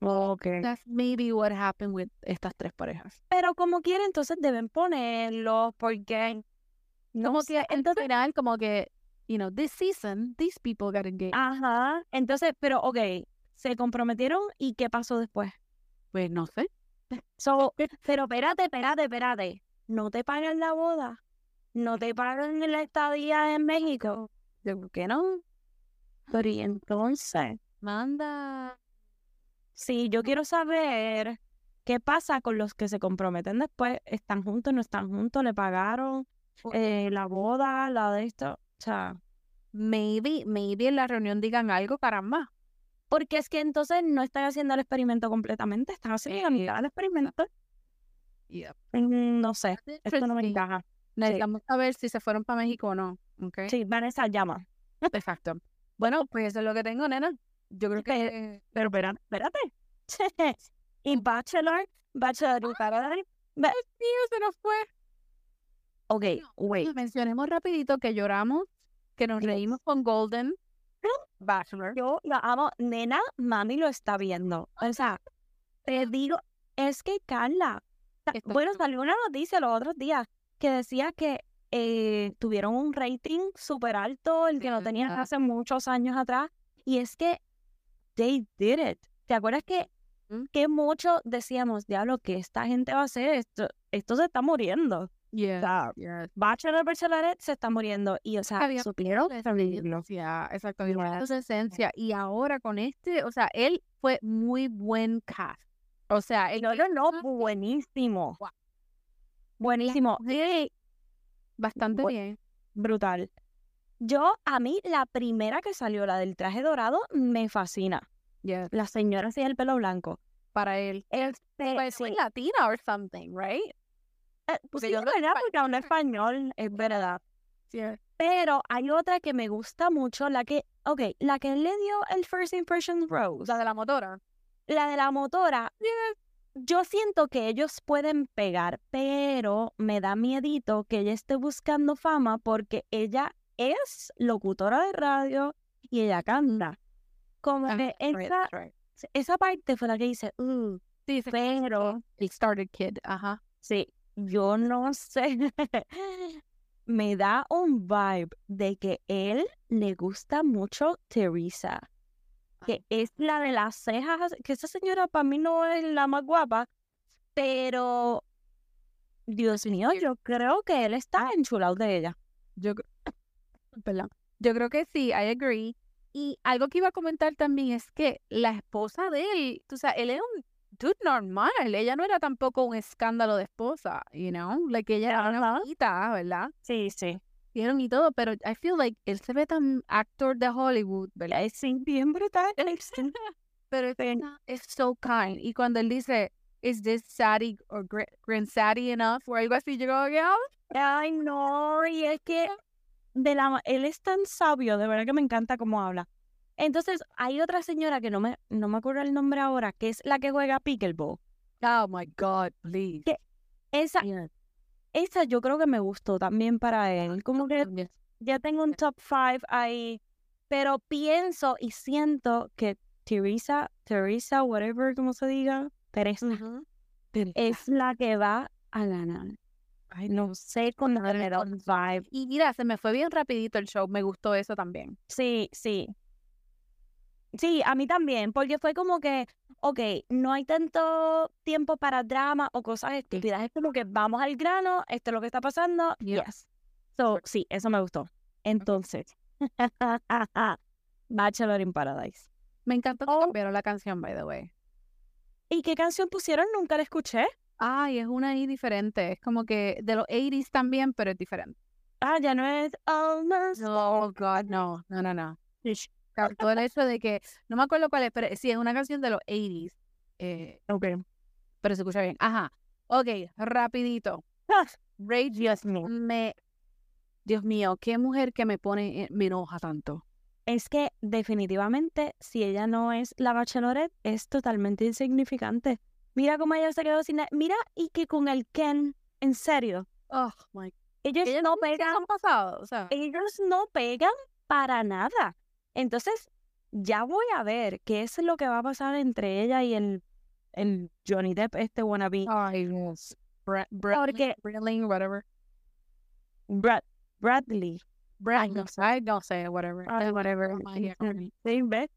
Ok.
That's maybe what happened with estas tres parejas.
Pero como quieren, entonces deben ponerlos porque... No
como
sé,
que entonces, al final, como que, you know, this season, these people got
Ah.
engaged.
Ajá. Entonces, pero ok, se comprometieron y ¿qué pasó después?
Pues no sé.
*laughs* So, pero espérate, espérate, espérate. No te pagan la boda. No te pagan la estadía en México.
Yo creo que no.
Pero y entonces,
Manda.
sí, yo quiero saber qué pasa con los que se comprometen después. ¿Están juntos, no están juntos? ¿Le pagaron
O-
eh, la boda, la de esto? O sea,
Maybe, maybe en la reunión digan algo, caramba.
porque es que entonces no están haciendo el experimento completamente. Están haciendo la mitad del experimento. Mm, No sé, esto no me
Interesting.
encaja.
Necesitamos saber si se fueron para México o no. Okay.
Sí, Vanessa llama.
Exacto. Bueno, pues eso es lo que tengo, nena. Yo creo
Pero-
que.
Este, Pero espérate, espérate. *laughs* y Bachelor, Bachelor y Paradise.
Dios, se nos fue.
Ok,
No,
wait.
Mencionemos rapidito que lloramos, que nos reímos con Golden. *gasps* Bachelor.
Yo la amo. Nena, mami lo está viendo. O sea,
Ah.
te digo, es que Carla. ta-
Esto-
Bueno, salió una noticia los otros días que decía que eh, tuvieron un rating súper alto, el que no
Sí,
tenían
¿verdad?
hace muchos años atrás. Y es que they did it. ¿Te acuerdas que,
Ujú.
que mucho decíamos, diablo, que esta gente va a hacer esto? Esto se está muriendo. O
Yeah.
sea,
yeah.
Bachelor Bachelorette se está muriendo. Y, o sea,
Había
supieron
la
sobrevivirlo.
Pues, esencia, exacto, había perdido
Yes.
su esencia. Y ahora con este, o sea, él fue muy buen cast. O sea, él
No, no, no,
casting
buenísimo.
Guau.
Buenísimo,
fue bastante
Bu-
bien.
brutal. Yo, a mí, la primera que salió, la del traje dorado, me fascina.
Yes,
La señora así el pelo blanco.
para él.
Este,
Pues
sí,
sí, latina or something, right?
eh,
porque
sí,
yo hablo
¿verdad?
español.
Porque habla español, es verdad.
Yeah.
Pero hay otra que me gusta mucho, la que, ok, la que le dio el First Impression Rose,
La de la motora.
la de la motora. Yo siento que ellos pueden pegar, pero me da miedito que ella esté buscando fama porque ella es locutora de radio y ella canta. Como
Ah,
que
Right,
esa,
right.
esa parte fue la que dice, "Uh,
Sí, se-
pero
el started kid, ajá.
sí, yo no sé. *laughs* me da un vibe de que él le gusta mucho Teresa, que es la de las cejas, que esa señora para mí no es la más guapa, pero Dios mío, yo creo que él está enchulado de ella.
Yo, cre- perdón. Yo creo que sí, I agree. Y algo que iba a comentar también es que la esposa de él, tú sabes, él era un dude normal, ella no era tampoco un escándalo de esposa, you know, like ella era una
Ajá.
bonita, ¿verdad?
Sí, sí.
Vieron y todo, pero I feel like él se ve tan actor de Hollywood, ¿verdad?
Es bien brutal. *laughs*
Pero es
Sí.
not- es so kind. Y cuando él dice, is this saddy or gr- grand saddy enough? O algo así, yo como que, "Ah,
Ay, no, y es que de la, ma- él es tan sabio, de verdad que me encanta cómo habla. Entonces, hay otra señora que no me, no me acuerdo el nombre ahora, que es la que juega pickleball.
oh my God, please.
Que- Esa,
Yeah.
esa yo creo que me gustó también para él. Como que
Yes.
ya tengo un top five ahí, pero pienso y siento que Teresa, Teresa, whatever, como se diga, Teresa, es la que va a ganar. Ay, no sé con la vibe.
Y mira, se me fue bien rapidito el show, me gustó eso también.
Sí, sí. Sí, a mí también, porque fue como que, ok, no hay tanto tiempo para drama o cosas estúpidas. Es como que vamos al grano, esto es lo que está pasando.
Yeah.
Yes. So, sí, eso me gustó. Entonces, *laughs* Bachelor in Paradise.
Me encantó que
Oh.
cambiaron la canción, by the way.
¿Y qué canción pusieron? Nunca la escuché.
Ay, es una ahí diferente, es como que de los 80s también, pero es diferente.
Ah, ya no es Almost.
No, Oh, God, no, no, no, Ah, no.
Ish.
Claro, Todo el hecho de que, no me acuerdo cuál es, pero sí, es una canción de los 80s, eh,
Ok.
pero se escucha bien. Ajá, ok, rapidito.
Ah,
Rage
Dios mío.
me... Dios mío, qué mujer que me pone, eh, me enoja tanto.
Es que definitivamente, si ella no es la bachelorette, es totalmente insignificante. Mira cómo ella se quedó sin... na- Mira, y que con el Ken, en serio,
Oh, my God.
ellos
Ellos
no
¿Qué
pegan,
han pasado? O sea,
ellos no pegan para nada. Entonces, ya voy a ver qué es lo que va a pasar entre ella y el, el Johnny Depp, este wannabe.
ay, Dios. Bra- Bradley-
Porque
Bradley, whatever.
Brad, Bradley,
Brad,
no
no sé, ay, no sé, whatever. eh,
Ay,
whatever.
Ay, *laughs* sí, sí, ¿ves?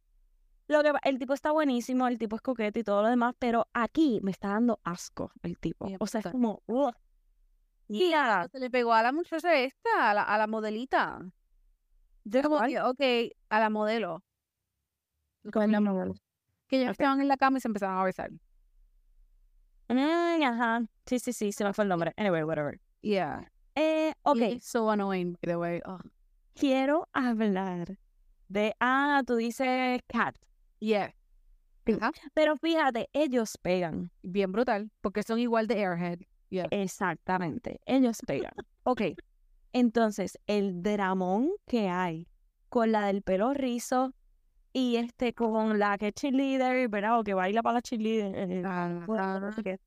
Lo que, pa- el tipo está buenísimo, el tipo es coqueto y todo lo demás, pero aquí me está dando asco el tipo.
Bien,
O sea, es
brutal.
como... ugh. Yeah.
Ah, Se le pegó a la muchacha esta, a la, a la modelita. Yo como
¿Cuál?
que, ok, a la modelo. Que ellos
Ok.
estaban en la cama y se empezaron a besar.
Mm, ajá. Sí, sí, sí, se me fue el nombre. Anyway, whatever.
Yeah.
Eh, ok,
It's So annoying, by the way. Ugh.
quiero hablar de... Ah, tú dices Cat.
Yeah.
Sí.
Ajá.
Pero fíjate, ellos pegan.
Bien brutal, porque son igual de airhead.
Exactamente, ellos pegan. Ok, entonces el dramón que hay con la del pelo rizo y este con la que es cheerleader, ¿verdad? O que baila para la cheerleader. eh, bueno, no sé qué.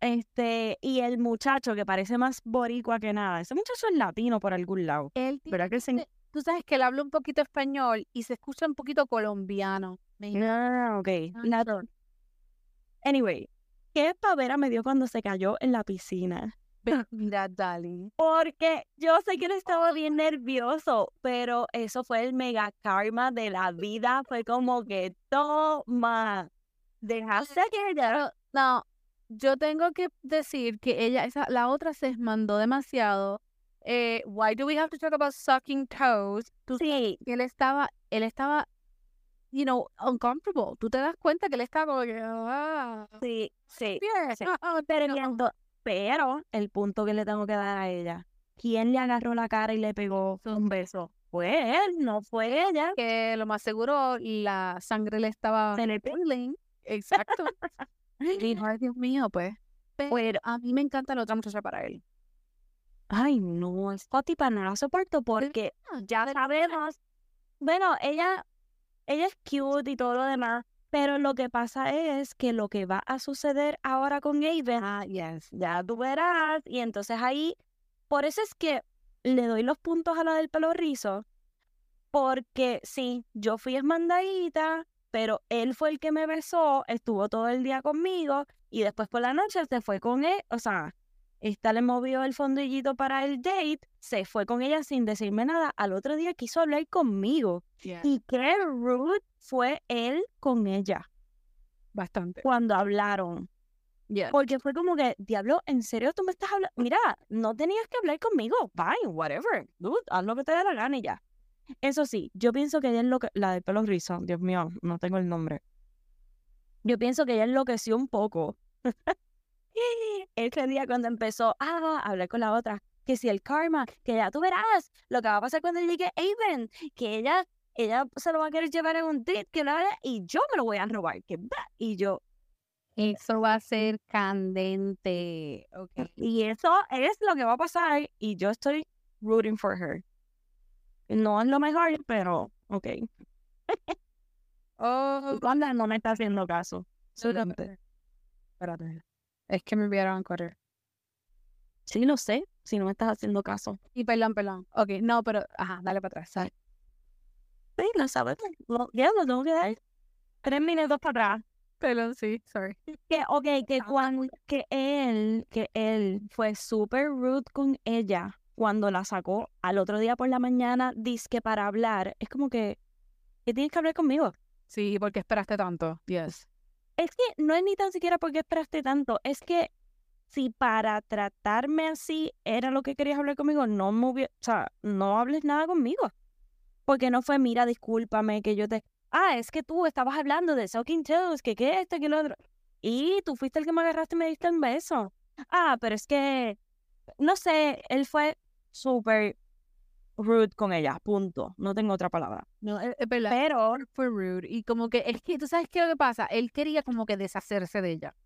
Este, y el muchacho que parece más boricua que nada. Ese muchacho es latino por algún lado.
Él tiene-
¿Verdad que se...
Este- tú sabes que él habla un poquito español y se escucha un poquito colombiano. Me *laughs* imagino.
Ah, ok.
Ah,
Latino. Anyway, ¿qué pavera me dio cuando se cayó en la piscina?
Ve- Mira, darling.
Porque yo sé que él estaba bien nervioso, pero eso fue el mega karma de la vida. Fue como que toma. Dejaste que
Pero, no, yo tengo que decir que ella, esa, la otra se mandó demasiado. Eh, why do we have to talk about sucking toes? Tú
Sí,
que él estaba, él estaba, you know, uncomfortable. Tú te das cuenta que él estaba como que, ah,
sí, sí.
*laughs* fierce, ah, ah,
Pero,
no.
ento- pero el punto que le tengo que dar a ella, ¿quién le agarró la cara y le pegó
Tú.
un beso? Fue él, no fue ella.
que lo más seguro la sangre le estaba
En el pe-
boiling.
*laughs*
Exacto. Y dijo, "Ay, Dios mío, pues. Pero
Pero-
a mí me encanta la otra muchacha para él.
Ay, no, esta tipa no la soporto porque ya sabemos. Bueno, ella, ella es cute y todo lo demás, pero lo que pasa es que lo que va a suceder ahora con Aiden,
Ah, yes.
ya tú verás. Y entonces ahí, por eso es que le doy los puntos a la del pelo rizo, porque sí, yo fui esmandadita, pero él fue el que me besó, estuvo todo el día conmigo y después por la noche se fue con él, o sea, esta le movió el fondillito para el date, se fue con ella sin decirme nada, al otro día quiso hablar conmigo. Y qué rude fue él con ella
Bastante.
cuando hablaron.
Yes.
Porque fue como que, diablo, ¿en serio tú me estás hablando? Mira, no tenías que hablar conmigo. Fine, whatever. Dude, haz lo que te dé la gana y ya. Eso sí, yo pienso que ella es lo que. La del pelo rizo, Dios mío, no tengo el nombre. Yo pienso que ella enloqueció un poco. *laughs* Ese día cuando empezó ah, a hablar con la otra, que si el karma, que ya tú verás lo que va a pasar cuando llegue Aven, que ella, ella se lo va a querer llevar en un date, que la, y yo me lo voy a robar, que va. Y yo,
Eso va a ser candente. Ok.
Y eso es lo que va a pasar y yo estoy rooting for her. No es lo mejor, pero ok.
Oh,
Wanda no me está haciendo caso.
no, no,
Excelente. Espérate.
es que me enviaron a correr.
Sí, lo sé, si no me estás haciendo caso.
Y perdón, perdón. Ok, no, pero, ajá, dale para atrás. dale.
Sí, lo sabes. Lo- ya lo tengo que dar. Tres minutos para atrás.
Perdón, sí, sorry.
Que, ok, que, cuando, que él, que él fue súper rude con ella cuando la sacó al otro día por la mañana, disque para hablar. Es como que, que tienes que hablar conmigo.
Sí, porque esperaste tanto. Yes.
Es que no es ni tan siquiera porque esperaste tanto, es que si para tratarme así era lo que querías hablar conmigo, no me hubie- o sea, no hables nada conmigo. Porque no fue, mira, discúlpame que yo te... Ah, es que tú estabas hablando de Sucking Toes, que qué esto, que lo otro. Y tú fuiste el que me agarraste y me diste un beso. Ah, pero es que, no sé, él fue súper rude con ella, punto. No tengo otra palabra.
No, es, es verdad.
Pero
Fue rude. Y como que, es que, ¿tú sabes qué es lo que pasa? Él quería como que deshacerse de ella.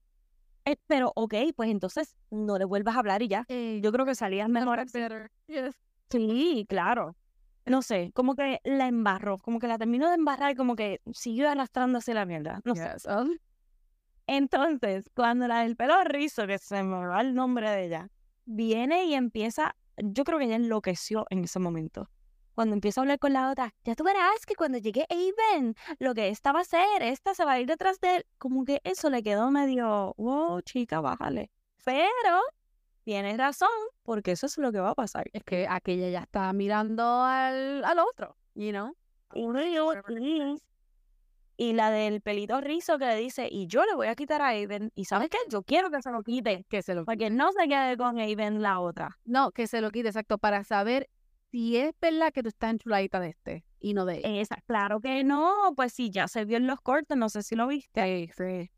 Eh, pero, ok, pues entonces no le vuelvas a hablar y ya.
Eh,
Yo creo que salías mejor. así.
better. Yes.
Sí, claro. No sé, como que la embarró, como que la terminó de embarrar y como que siguió arrastrándose la mierda. No sé.
Yes. Oh,
Entonces, cuando la del pelo rizo, que se me va el nombre de ella, viene y empieza, yo creo que ella enloqueció en ese momento. Cuando empieza a hablar con la otra, ya tú verás que cuando llegue Aven, lo que esta va a hacer, esta se va a ir detrás de él. Como que eso le quedó medio, wow, chica, bájale. Pero tienes razón, porque eso es lo que va a pasar.
Es que aquella ya está mirando al, al otro, you know?
Y la del pelito rizo que le dice, y yo le voy a quitar a Aiden, y ¿sabes qué? Yo quiero que se lo quite,
Que se lo
para que no se quede con Aiden la otra.
No, que se lo quite, exacto, para saber si es verdad que tú estás enchuladita de este y no de ella.
Esa, claro que no, pues sí, ya se vio en los cortes, no sé si lo viste,
Sí, sí.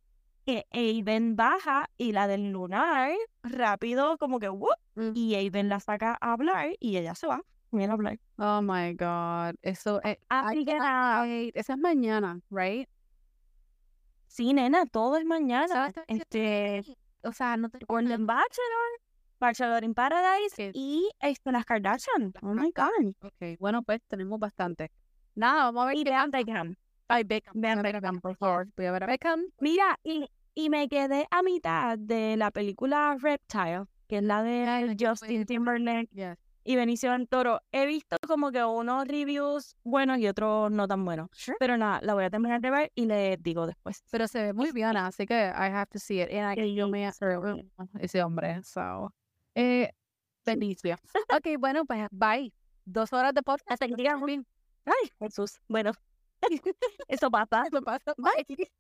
que Aiden baja y la del lunar, rápido, como que, ¡wup!
Mm.
y Aiden la saca a hablar y ella se va, mira a hablar.
Oh my God. Eso eh, es.
Así que nada,
Esa es mañana, right?
sí, nena, todo es mañana.
¿Sabes también qué
Este,
O sea, no te.
Orland Bachelor, Bachelor in Paradise
Que-
y este, las Kardashian.
Las
Oh my God.
Ok, bueno, pues tenemos bastante. Nada, vamos a ver.
Y
qué-
vean The Cam.
Ay, Beckham.
Vean
voy a ver a
Beckham, por
favor. Voy a ver a Beckham.
Mira, y, y me quedé a mitad de la película Reptile, que es la de
Ay, la que
Justin
fue-
Timberlake
Yes.
y Benicio del Toro. He visto como que unos reviews buenos y otros no tan buenos.
Sure.
Pero nada, la voy a terminar de ver y le digo después.
Pero se ve muy bien, así que I have to see it. And I, yo me
Pero,
ese hombre, so. Eh, Benicio. ok, bueno, pues bye. Dos horas de podcast.
Hasta que digan,
Muy bien.
*laughs* ay, Jesús, bueno, eso pasa.
Eso pasa.
Bye.